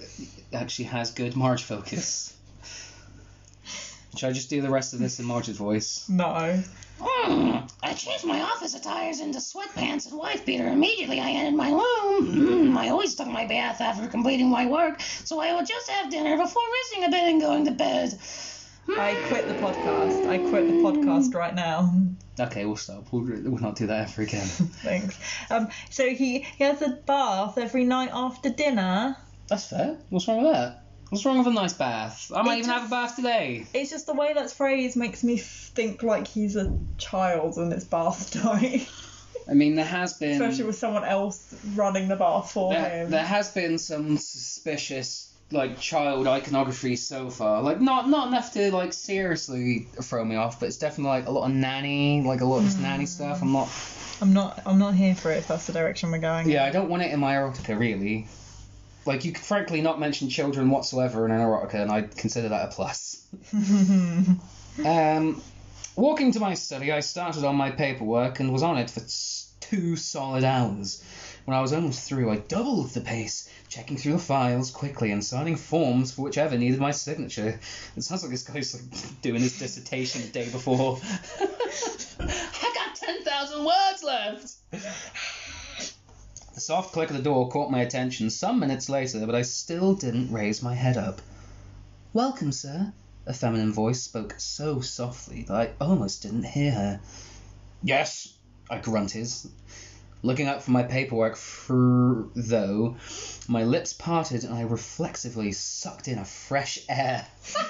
actually has good Marge focus. Should I just do the rest of this in Marge's voice?
No.
Mm, I changed my office attires into sweatpants and wife beater. Immediately, I entered my room. Mm, I always took my bath after completing my work, so I would just have dinner before resting a bit and going to bed. Hmm.
I quit the podcast. I quit the podcast right now.
Okay, we'll stop. We'll, we'll not do that ever again.
Thanks. Um, so he, he has a bath every night after dinner.
That's fair. What's wrong with that? What's wrong with a nice bath? I might
It
even have a
just-
bath today.
It's just the way that's phrased makes me think like he's a child and it's bath night.
I mean, there has been.
Especially with someone else running the bath for
there,
him.
there has been some suspicious like child iconography so far like not not enough to like seriously throw me off but it's definitely like a lot of nanny like a lot of this nanny stuff i'm not
I'm not I'm not here for it if that's the direction we're going.
yeah i don't want it in my erotica really like you could frankly not mention children whatsoever in an erotica and i'd consider that a plus um walking to my study i started on my paperwork and was on it for s- two solid hours When I was almost through, I doubled the pace, checking through the files quickly and signing forms for whichever needed my signature. It sounds like this guy's like doing his dissertation the day before. I got 10,000 words left! The soft click of the door caught my attention some minutes later, but I still didn't raise my head up. Welcome, sir. A feminine voice spoke so softly that I almost didn't hear her. Yes, I grunted, Looking up from my paperwork, fr- though, my lips parted and I reflexively sucked in a fresh air.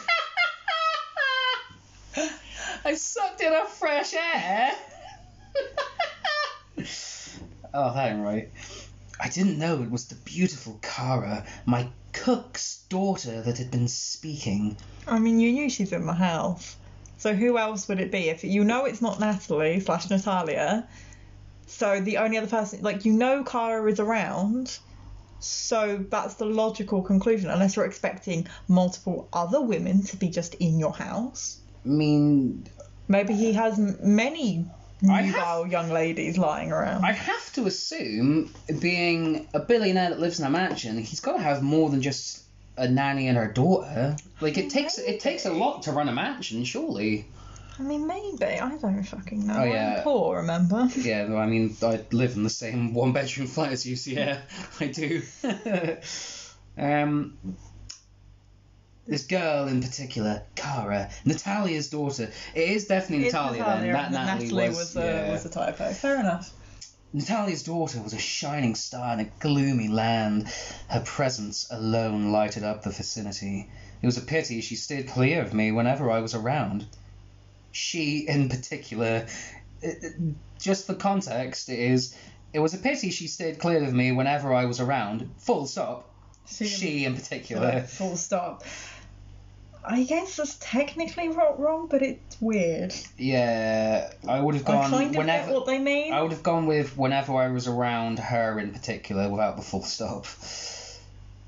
I sucked in a fresh air. oh, that ain't right. I didn't know it was the beautiful Kara, my cook's daughter, that had been speaking.
I mean you knew she's in the house. So who else would it be? If you know it's not Natalie slash Natalia, so the only other person like you know Kara is around, So that's the logical conclusion, unless you're expecting multiple other women to be just in your house.
I mean,
Maybe he has m- many
I have-
nubile young ladies lying around.
I'd have to assume, being a billionaire that lives in a mansion, he's got to have more than just a nanny and her daughter. Like it takes it takes a lot to run a mansion, surely.
I mean, maybe. I don't fucking know.
Oh, yeah.
I'm poor, remember?
Yeah, though, I mean, I live in the same one bedroom flat as you, so yeah, I do. um, this girl in particular, Cara, Natalia's daughter. It is definitely
It's
Natalia,
Natalia,
then. That
and
Natalie, was.
a,
yeah.
was a typo. Fair enough.
Natalia's daughter was a shining star in a gloomy land. Her presence alone lighted up the vicinity. It was a pity she stayed clear of me whenever I was around. She, in particular, it- it- just for context, it is it was a pity she stayed clear of me whenever I was around. Full stop. She, in particular.
Full stop. I guess that's technically ro- wrong, but it's weird.
Yeah, I would have
I
gone
kind of
whenever. Oh.
get what they mean.
I would have gone with whenever I was around her in particular without the full stop.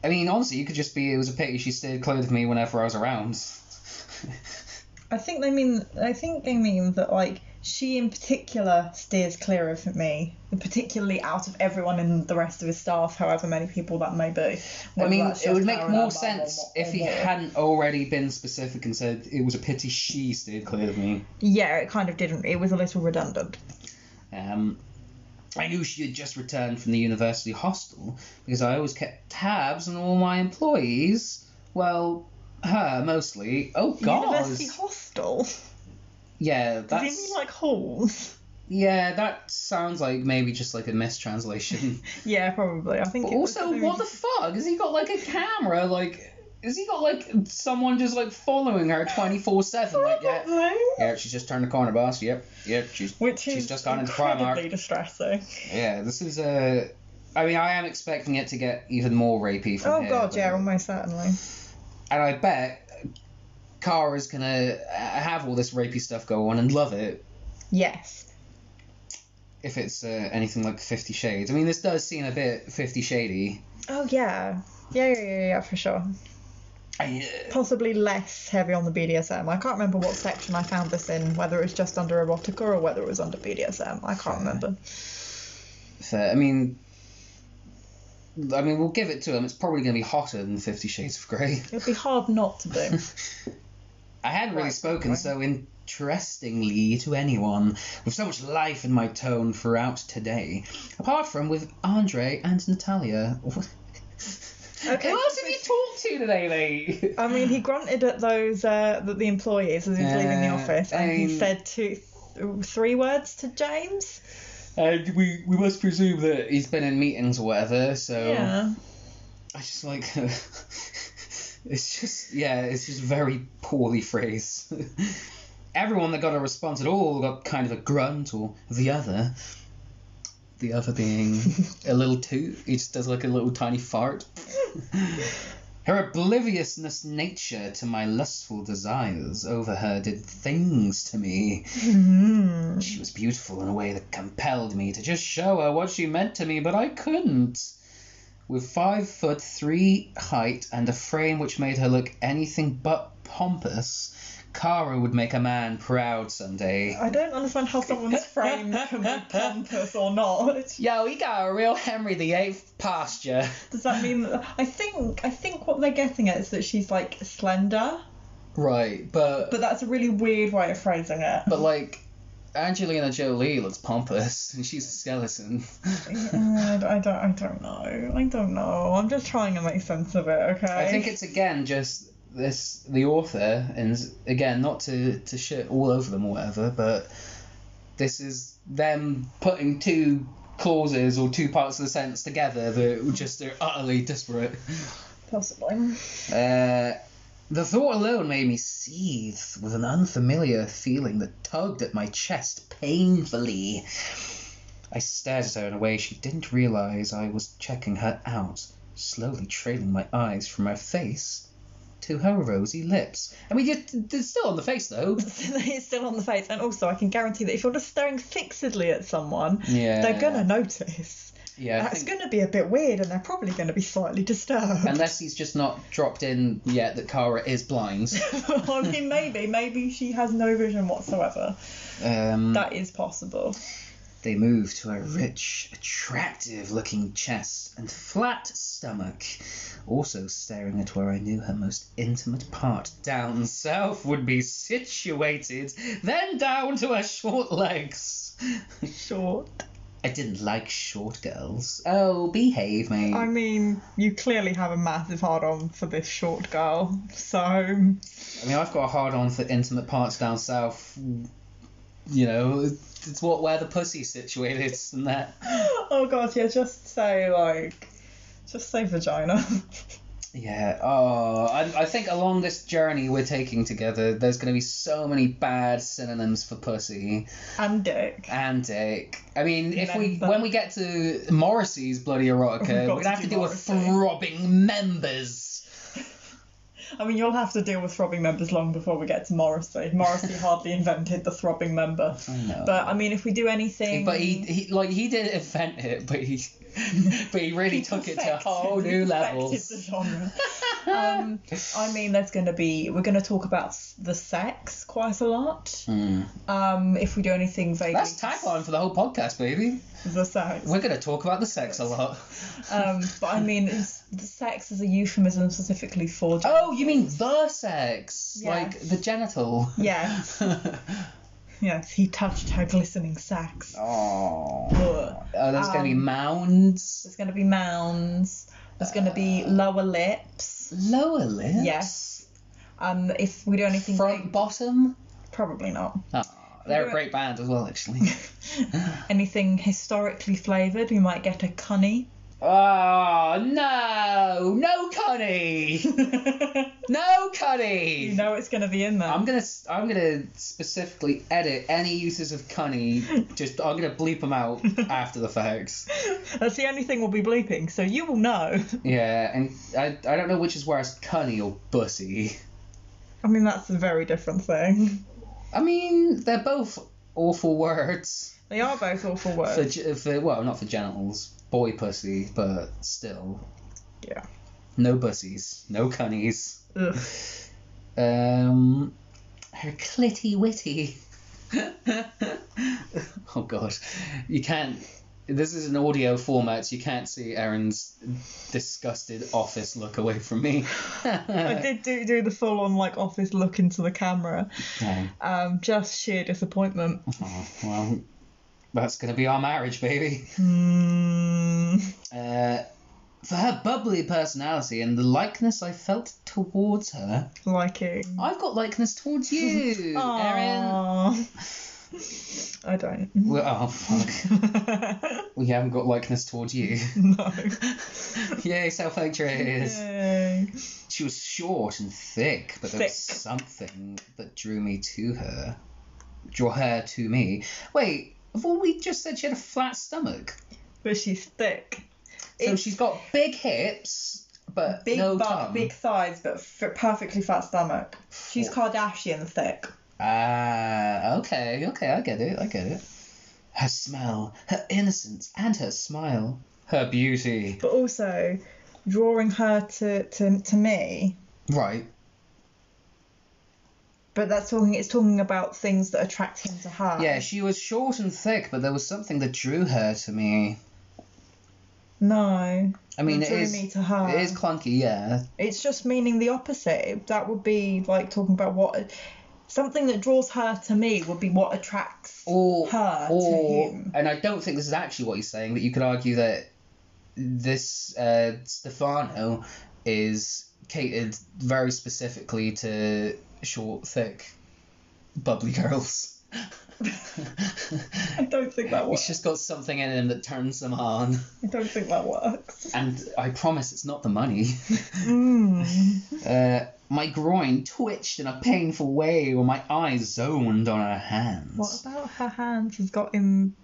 I mean, honestly, you could just be it was a pity she stayed close to me whenever I was around.
I think they mean. I think they mean that like she in particular steers clear of me, particularly out of everyone in the rest of his staff, however many people that may be.
I
Whether
mean,
that's
it
just
would make
her and her
more
mum
sense
or- or
if he
more.
hadn't already been specific and said it was a pity she stayed clear of me.
Yeah, it kind of didn't. It was a little redundant.
Um, I knew she had just returned from the university hostel because I always kept tabs on all my employees. Well, her mostly. Oh God.
University hostel.
yeah, that's.
Does he mean like halls?
Yeah, that sounds like maybe just like a mistranslation.
Yeah, probably. I think.
But
it was-
also, what the fuck? Has he got like a camera? Like, has he got like someone just like following her 24 7? Like, yeah.
Probably.
Yeah, she's just turned the corner, boss. Yep, yep. She's
Which is
she's just gone into
incredibly
Primark.
distressing.
Yeah, this is a. I mean, I am expecting it to get even more rapey from
Oh
here,
god,
but-
yeah, almost certainly.
And I bet Kara's gonna uh, have all this rapey stuff go on and love it
Yes.
if it's uh, anything like Fifty Shades. I mean, this does seem a bit Fifty Shady.
Oh yeah. Yeah, yeah, yeah, yeah, for sure.
I, uh,
Possibly less heavy on the BDSM. I can't remember what section I found this in, whether it was just under erotica or whether it was under BDSM. I can't remember.
fair. I mean, I mean, we'll give it to him. It's probably going to be hotter than Fifty Shades of Grey.
It'd be hard not to do.
I hadn't really
Right,
spoken
right.
so interestingly to anyone, with so much life in my tone throughout today, apart from with Andre and Natalia.
Okay.
Who else have you talked to today, mate?
I mean, he grunted at those uh, that the employees as he was leaving the
Uh,
office, and
um,
he said two, th- three words to James.
And Uh, we we must presume that he's been in meetings or whatever. So
Yeah.
I just like it's just yeah, it's just very poorly phrased. Everyone that got a response at all got kind of a grunt or the other. The other being a little toot. He just does like a little tiny fart. Her obliviousness nature to my lustful desires over her did things to me.
Hmm.
She was beautiful in a way that compelled me to just show her what she meant to me, but I couldn't. With five foot three height and a frame which made her look anything but pompous, Kara would make a man proud someday.
I don't understand how someone's frame can be pompous or not.
Yo, he got a real Henry VIII posture.
Does that mean that I think I think what they're getting at is that she's like slender,
Right, but
but
but,
that's a really weird way of phrasing it.
like Angelina Jolie looks pompous, and she's a skeleton.
Yeah, I don't I don't know. I don't know. I'm just trying to make sense of it. Okay.
I think it's again just this the author, and again not to to shit all over them or whatever, but this is them putting two clauses or two parts of the sentence together that were just are utterly disparate.
possibly.
Uh, the thought alone made me seethe with an unfamiliar feeling that tugged at my chest painfully. I stared at her in a way she didn't realize I was checking her out, slowly trailing my eyes from her face to her rosy lips. I mean, it's it's still on the face though.
it's still on the face, and also I can guarantee that if you're just staring fixedly at someone,
Yeah.
they're gonna notice.
Yeah, I
That's
think-
going to be a bit weird, and they're probably going to be slightly disturbed.
unless he's just not dropped in yet that Kara is blind.
I mean, maybe, maybe she has no vision whatsoever.
Um,
That is possible.
They move to a rich, attractive looking chest and flat stomach, also staring at where I knew her most intimate part down south would be situated, then down to her short legs.
Sure.
I didn't like short girls. Oh, behave, mate.
I mean, you clearly have a massive hard on for this short girl, so
I mean, I've got a hard on for intimate parts down south. You know, it's what where the pussy's situated and that.
oh god, yeah, just say like, just say vagina.
Yeah. Oh, I, I think along this journey we're taking together, there's going to be so many bad synonyms for pussy
and dick.
and dick. I mean, if we
Member.
when we get to Morrissey's bloody erotica,
We've got
we're gonna
to
have to
do
deal with
Morrissey.
throbbing members.
I mean, you'll have to deal with throbbing members long before we get to Morrissey. Morrissey hardly invented the throbbing member.
know.
But um, I mean, if we do anything,
But he, he like he did invent it, but he but he really took it to a whole
perfected-
new
he perfected
level.
the genre. um, I mean, there's going to be we're going to talk about s- the sex quite a lot. Um, if we do anything vaguely,
Mm. That's tagline for the whole podcast, baby.
the sex.
We're gonna talk about the sex a lot.
Um, but I mean, it's, the sex is a euphemism specifically for.
Oh, you mean the sex,
Yeah.
like the genital.
Yeah, yes, he touched her glistening sex.
Oh.
Ugh.
Oh, there's gonna be
Um,
mounds.
There's going to be mounds. There's going to be lower lips.
Lower lips.
Yes. Um, if we do anything,
Front
vague-
bottom.
probably not.
Oh, they're a
Yeah.
great band as well, actually.
Anything historically flavoured, we might get a cunny.
oh no, no Connie,
you
no Connie.
know it's going to be in there.
I'm gonna s- I'm gonna specifically edit any uses of Connie. Just I'm gonna bleep them out after the fact.
That's the only thing we'll be bleeping, so you will know.
Yeah, and I I don't know which is worse, Connie or Bussy.
I mean, that's a very different thing.
I mean, they're both awful words.
They are both awful words.
For, ge- for well, not for genitals, boy pussy, but still,
Yeah.
no bussies, no cunnies.
Ugh.
Um, her clitty witty. oh god, you can't. This is an audio format, so you can't see Aaron's disgusted office look away from me.
I did do, do the full on like office look into the camera.
Oh,
Um, just sheer disappointment.
oh, well, that's gonna be our marriage, baby.
Hmm.
Uh, for her bubbly personality and the likeness I felt towards her,
liking.
I've got likeness towards you, Erin.
Aww. I don't.
Well, oh fuck, we haven't got likeness towards you.
no.
Yay, self hatred.
Yay.
She was short and thick, but there was
Thick.
something that drew me to her. Draw her to me. Wait, have all we just said she had a flat stomach?
But she's thick.
So
It's-
she's got big hips, but
Big
no
butt,
tongue.
big thighs, but f- perfectly fat stomach. She's Kardashian thick.
Ah, okay, okay, I get it, I get it. Her smell, her innocence, and her smile. Her beauty.
But also, drawing her to, to, to me,
Right.
but that's talking, it's talking about things that attract him to her.
Yeah, she was short and thick, but there was something that drew her to me.
No.
I mean, it
drew
is,
me to her.
it is clunky, yeah.
It's just meaning the opposite. That would be like talking about what something that draws her to me would be what attracts.
or
her to
or
him.
and I don't think this is actually what he's saying, but you could argue that this uh, Stefano is catered very specifically to short, thick, bubbly girls.
I don't think that
He's
works.
just got something in him that turns them on,
I don't think that works.
and I promise it's not the money.
Mm.
Uh, my groin twitched in a painful way, while my eyes zoned on her hands.
What about her hands? She's got in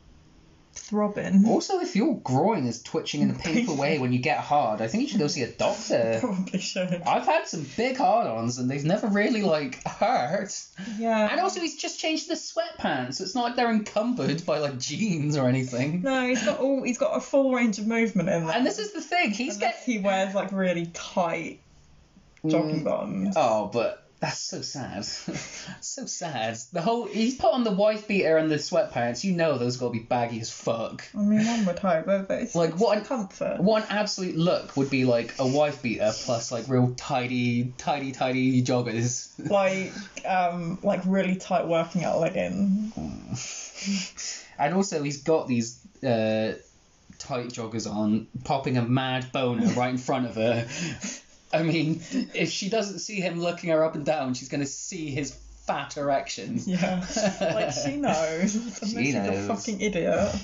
throbbing.
Also, if your groin is twitching in a painful way when you get hard, I think you should go see a doctor.
Probably should.
I've had some big hard-ons and they've never really like hurt.
Yeah.
And also, he's just changed the sweatpants, so it's not like they're encumbered by like jeans or anything.
no, he's got all. He's got a full range of movement in there.
And this is the thing, he's
unless
getting.
he wears like really tight jogging bottoms.
Mm. Oh, but that's so sad. so sad. The whole he's put on the wife beater and the sweatpants. You know those gotta be baggy as fuck.
I mean, one would hope, but it's
Like,
it's
what
for
an-
comfort.
One absolute look would be like a wife beater plus like real tidy, tidy, tidy joggers.
Like, um, like really tight working out leggings.
And also, he's got these uh, tight joggers on, popping a mad boner right in front of her. I mean, if she doesn't see him looking her up and down, she's going to see his fat erection.
Yeah. like she knows. Unless she's
knows.
a fucking idiot.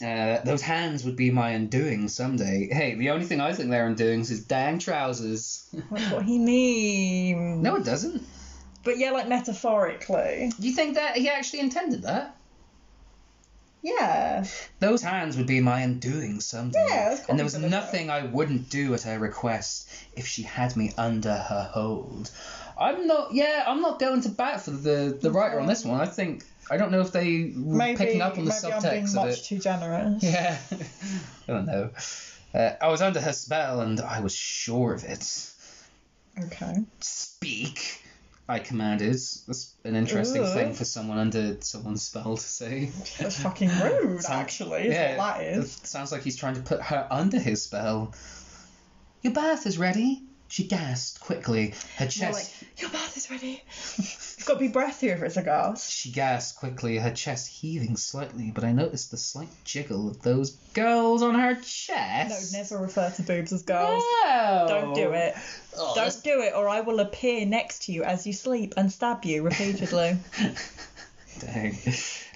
Uh, those hands would be my undoing someday. Hey, the only thing I think they're undoings is dang trousers.
That's what he means.
no, it doesn't.
But yeah, like metaphorically.
Do you think that he actually intended that?
Yeah.
Those hands would be my undoing someday.
Yeah, that's
and there was
quite good, isn't it?
nothing I wouldn't do at her request if she had me under her hold. I'm not. Yeah, I'm not going to bat for the the writer on this one. I think I don't know if they were
Maybe,
picking up on the
maybe I'm being
subtext of
much
it.
too generous.
Yeah, I don't know. Uh, I was under her spell and I was sure of it.
Okay.
Speak, I commanded. That's an interesting
Ooh.
thing for someone under someone's spell to say.
That's fucking rude,
Sound-
actually, is what that
it
is.
sounds like he's trying to put her under his spell. Your bath is ready. She gasped quickly. Her
More
chest.
like, your bath is ready. it's got to be breathy if it's a gas.
She gasped quickly, her chest heaving slightly, but I noticed the slight jiggle of those girls on her
No,
chest.
never refer to boobs as girls.
No.
Don't do it.
Oh,
Don't do it, or I will appear next to you as you sleep and stab you repeatedly.
that's- Dang.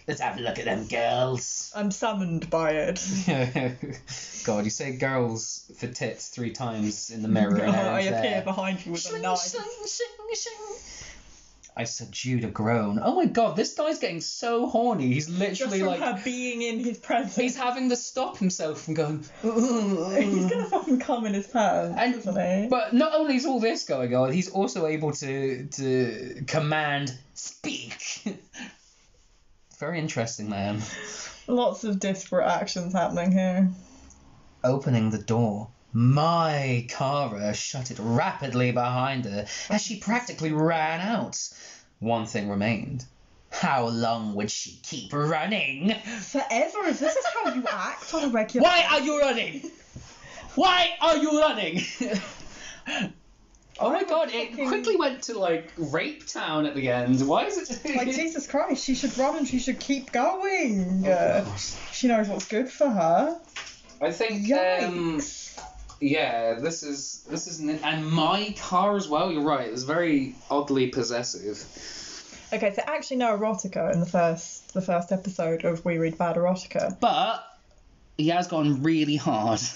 Let's have a look at them girls.
I'm summoned by it.
God, you say girls for tits three times in the mirror. and
I
Aaron's
appear
there.
behind you Oh, with a knife.
I subdued a groan. Oh my god, this guy's getting so horny. He's
Just
literally
from
like
her being in his presence.
he's having to stop himself from going.
He's gonna fucking come in his pants,
And-
isn't he?
But not only is all this going on, he's also able to to command speak. Very interesting, man.
Lots of disparate actions happening here.
Opening the door, my Kara shut it rapidly behind her as she practically ran out. One thing remained. How long would she keep running?
Forever. This is how you act on a regular.
Why are you running? Why are you running? oh my god, it
fucking-
quickly went to like rape town at the end. Why is it
Like Jesus Christ, she should run and she should keep going.
Gosh.
she knows what's good for her.
I think um,
Yikes.
yeah, this is this is an, and my car as well, you're right. It's very oddly possessive.
Okay, so actually no erotica in the first the first episode of We Read Bad Erotica.
But he has gone really hard.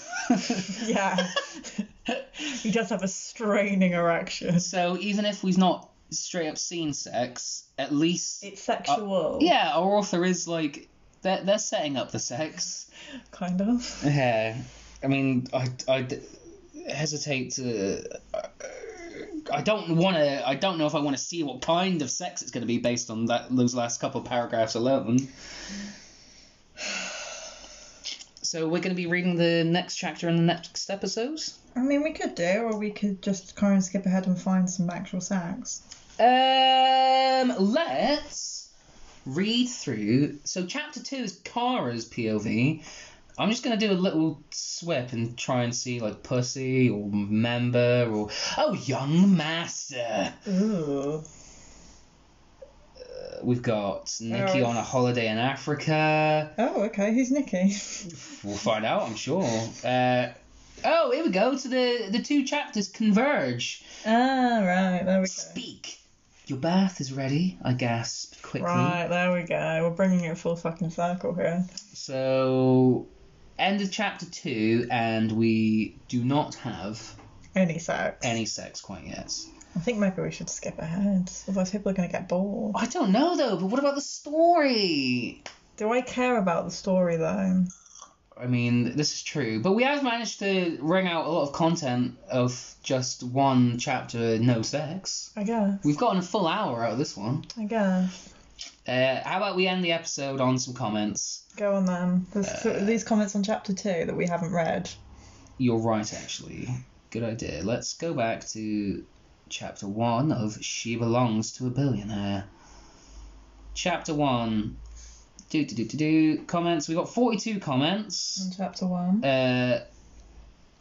Yeah. he does have a straining erection.
so even if we've not straight up seen sex, at least
It's sexual.
yeah, our author is like they're they're setting up the sex.
Kind of.
Yeah, I mean, I I d- hesitate to. I don't want to. I don't know if I want to see what kind of sex it's going to be based on that those last couple paragraphs alone. So we're going to be reading the next chapter in the next episode.
I mean we could do, or we could just kind of skip ahead and find some actual sex.
Um, let's read through. So chapter two is Kara's POV. I'm just gonna do a little swip and try and see like pussy or member or oh young master.
Ooh.
Uh, We've got Nikki
Oh.
on a holiday in Africa.
Oh, okay. Who's Nikki?
We'll find out, I'm sure. Uh, oh, here we go. So the the two chapters converge.
ah, right. There we go.
Speak. Your bath is ready. I gasped quickly.
Right, there we go. We're bringing it full fucking circle here.
So, end of chapter two, and we do not have
Any sex.
any sex quite yet.
I think maybe we should skip ahead. Otherwise, people are going to get bored.
I don't know though, but what about the story?
Do I care about the story though?
I mean, this is true, but we have managed to wring out a lot of content of just one chapter, no sex.
I guess.
We've gotten a full hour out of this one.
I guess.
Uh, how about we end the episode on some comments?
Go on then.
Uh.
This, these comments on chapter two that we haven't read.
You're right, actually. Good idea. Let's go back to chapter one of She Belongs to a Billionaire. Chapter one. Do do do do do comments. We got forty two comments.
In chapter one.
Uh,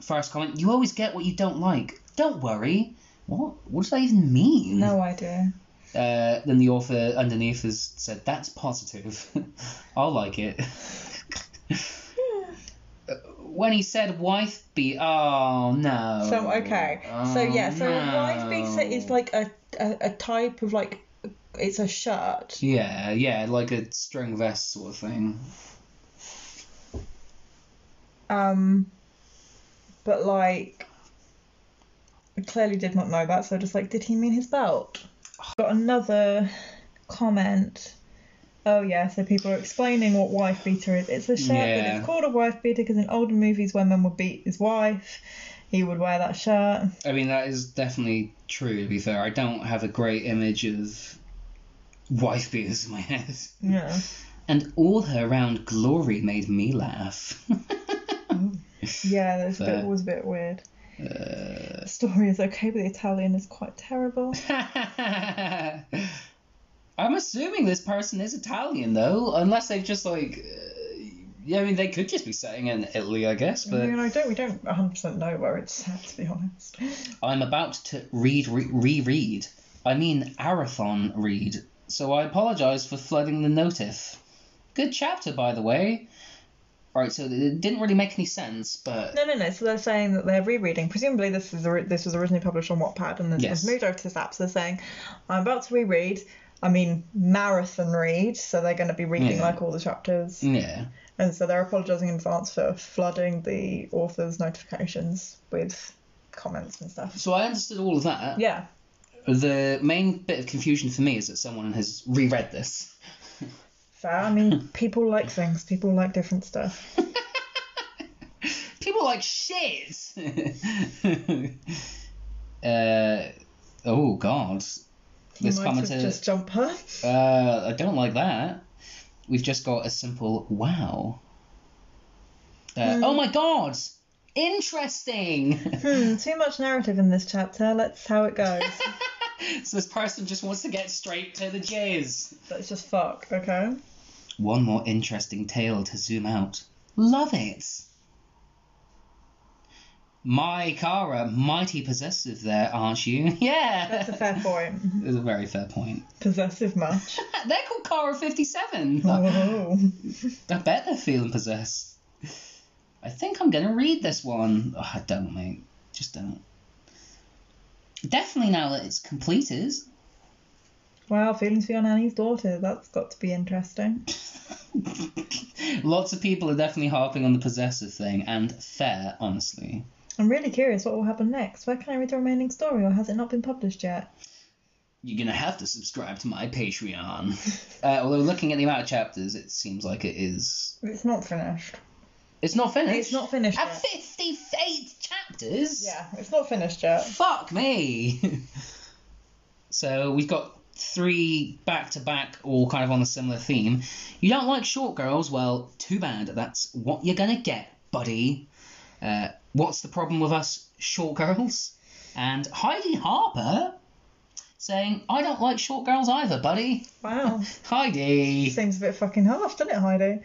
first comment. You always get what you don't like. Don't worry. What? What does that even mean?
no idea.
Uh, then the author underneath has said, "That's positive. I'll like it." Uh, when he said wife be oh no Oh,
So okay. so yeah. So a wife beater is like a, a a type of like it's a shirt.
yeah yeah like a string vest sort of thing
Um, but like I clearly did not know that. So just like, did he mean his belt? Got another comment. Oh yeah, so people are explaining what wife beater is. It's a shirt that
Yeah.
is called a wife beater because in older movies, when men would beat his wife, he would wear that shirt.
I mean, that is definitely true, to be fair. I don't have a great image of wife beaters in my head.
Yeah.
And all her round glory made me laugh.
Yeah, that's a bit,
Fair. Uh.
was a bit weird. the story is okay, but the Italian is quite terrible.
I'm assuming this person is Italian, though, unless they've just, like. Uh, yeah, I mean, they could just be setting in Italy, I guess,
I
but
mean, I don't, we don't 100% know where it's set, to be honest.
I'm about to read, re- reread. I mean, Arathon read. So I apologise for flooding the notif. Good chapter, by the way. Alright, so it didn't really make any sense, but.
No, no, no. So they're saying that they're rereading. Presumably, this is ori- this was originally published on Wattpad and then
Yes.
it's moved over to this app. So they're saying, I'm about to reread. I mean, marathon read. So they're going to be reading
Yeah. Mm.
like all the chapters.
Yeah.
And so they're apologising in advance for flooding the author's notifications with comments and stuff.
So I understood all of that.
Yeah.
The main bit of confusion for me is that someone has reread this.
Fair. I mean, people like things. People like different stuff.
People are like shit. uh, oh God, this
Might have
commenter.
just jumper.
Uh, I don't like that. We've just got a simple wow. Uh, Oh my God! Interesting.
Hmm, too much narrative in this chapter. Let's see how it goes.
so this person just wants to get straight to the jizz.
Let's just fuck, okay?
One more interesting tale to zoom out. Love it. My Kara, mighty possessive there, aren't you?
That's a
Yeah.
fair point.
That's a very fair point.
Possessive much.
They're called Kara 57.
Oh.
I bet they're feeling possessed. I think I'm gonna read this one. Oh, I don't, mate. Just don't. Definitely now that it's completed.
Wow, feelings for your nanny's daughter. That's got to be interesting.
Lots of people are definitely harping on the possessive thing, and fair, honestly.
I'm really curious what will happen next. Where can I read the remaining story, or has it not been published yet?
You're gonna have to subscribe to my Patreon. uh, although looking at the amount of chapters, it seems like it is.
It's not finished.
It's not finished.
It's not finished
At
yet.
58 chapters.
Yeah, it's not finished yet.
Fuck me. so we've got three back to back, all kind of on a similar theme. You don't like short girls? Well, too bad. That's what you're gonna get, buddy. Uh, what's the problem with us short girls? And Heidi Harper saying, I don't like short girls either, buddy.
Wow.
Heidi.
Seems a bit fucking harsh, doesn't it, Heidi?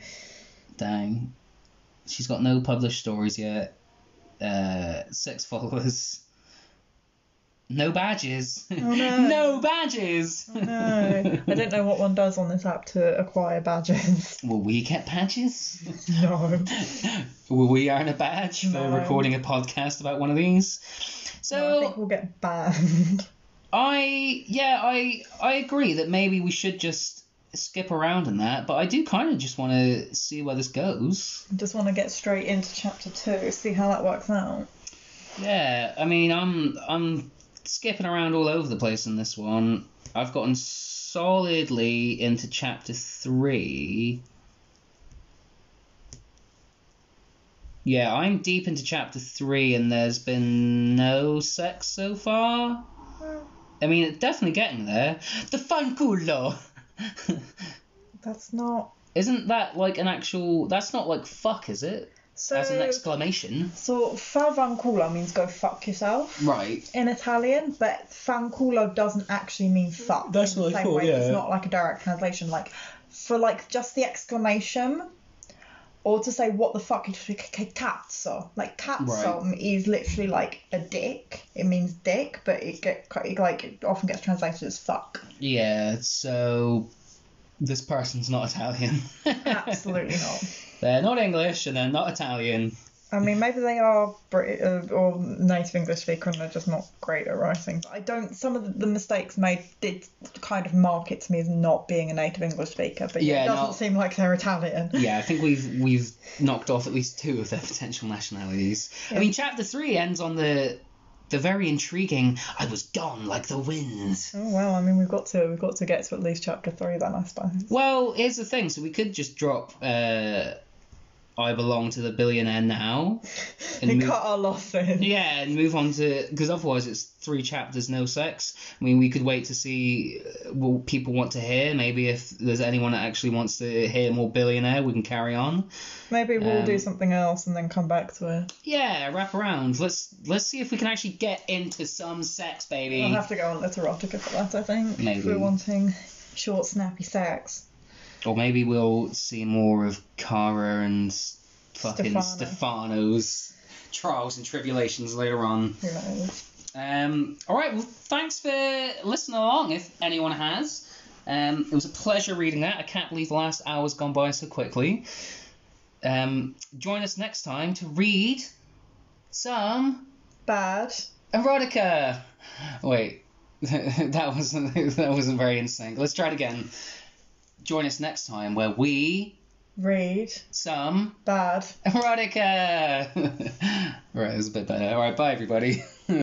Dang. She's got no published stories yet. Uh, six followers. No badges.
Oh, no. Oh,
no badges.
No. I don't know what one does on this app to acquire badges.
Will we get badges?
No.
Will we earn a badge for
No.
recording a podcast about one of these?
I
So
think we'll get banned.
I, yeah, I, I agree that maybe we should just skip around in that, but I do kind of just want to see where this goes.
Just want to get straight into chapter two, see how that works out.
Yeah, I mean, I'm I'm skipping around all over the place in this one. I've gotten solidly into chapter three. Yeah, I'm deep into chapter three, and there's been no sex so far. I mean, it's definitely getting there. The fan culo.
That's not.
Isn't that like an actual? That's not like fuck, is it?
So,
That's an exclamation.
so fanculo means go fuck yourself
Right.
in Italian, but fanculo doesn't actually mean fuck.
That's
in
what
the
I
same
thought,
way, It's
yeah.
not like a direct translation. Like, for like just the exclamation, or to say what the fuck, you just be "K- k- cazzo. Like, cazzo is literally like a dick. It means dick, but it get it, like it often gets translated as fuck.
Yeah. So this person's not Italian.
Absolutely not.
they're not English and they're not Italian.
I mean, maybe they are Brit uh, or native English speaker and they're just not great at writing. But I don't. Some of the, the mistakes made did kind of mark it to me as not being a native English speaker, but yeah,
Yeah,
it doesn't
no.
seem like they're Italian.
Yeah, I think we've we've knocked off at least two of their potential nationalities. I
Yeah.
mean, chapter three ends on the the very intriguing "I was gone like the wind."
Oh well, I mean, we've got to we've got to get to at least chapter three then, I suppose.
Well, here's the thing. So we could just drop uh, "I belong to the billionaire now." And
We
move-
cut our losses.
Yeah, and move on to because otherwise it's three chapters, no sex. I mean, we could wait to see uh, what people want to hear. Maybe if there's anyone that actually wants to hear more billionaire, we can carry on.
Maybe we'll
Um,
do something else and then come back to it.
Yeah, wrap around. Let's let's see if we can actually get into some sex, baby.
We'll have to go on literotica for that, I think.
Maybe.
If we're wanting short, snappy sex.
Or maybe we'll see more of Cara and fucking
Stefano.
Stefano's trials and tribulations later on.
Who knows?
Um, all right. Well, thanks for listening along, if anyone has. Um, it was a pleasure reading that. I can't believe the last hour's gone by so quickly. Um, join us next time to read some
Bad.
erotica. Wait, that wasn't that wasn't very in sync. Let's try it again. Join us next time where we
Read.
some
Bad.
erotica. all right, it was a bit better. All right, bye everybody.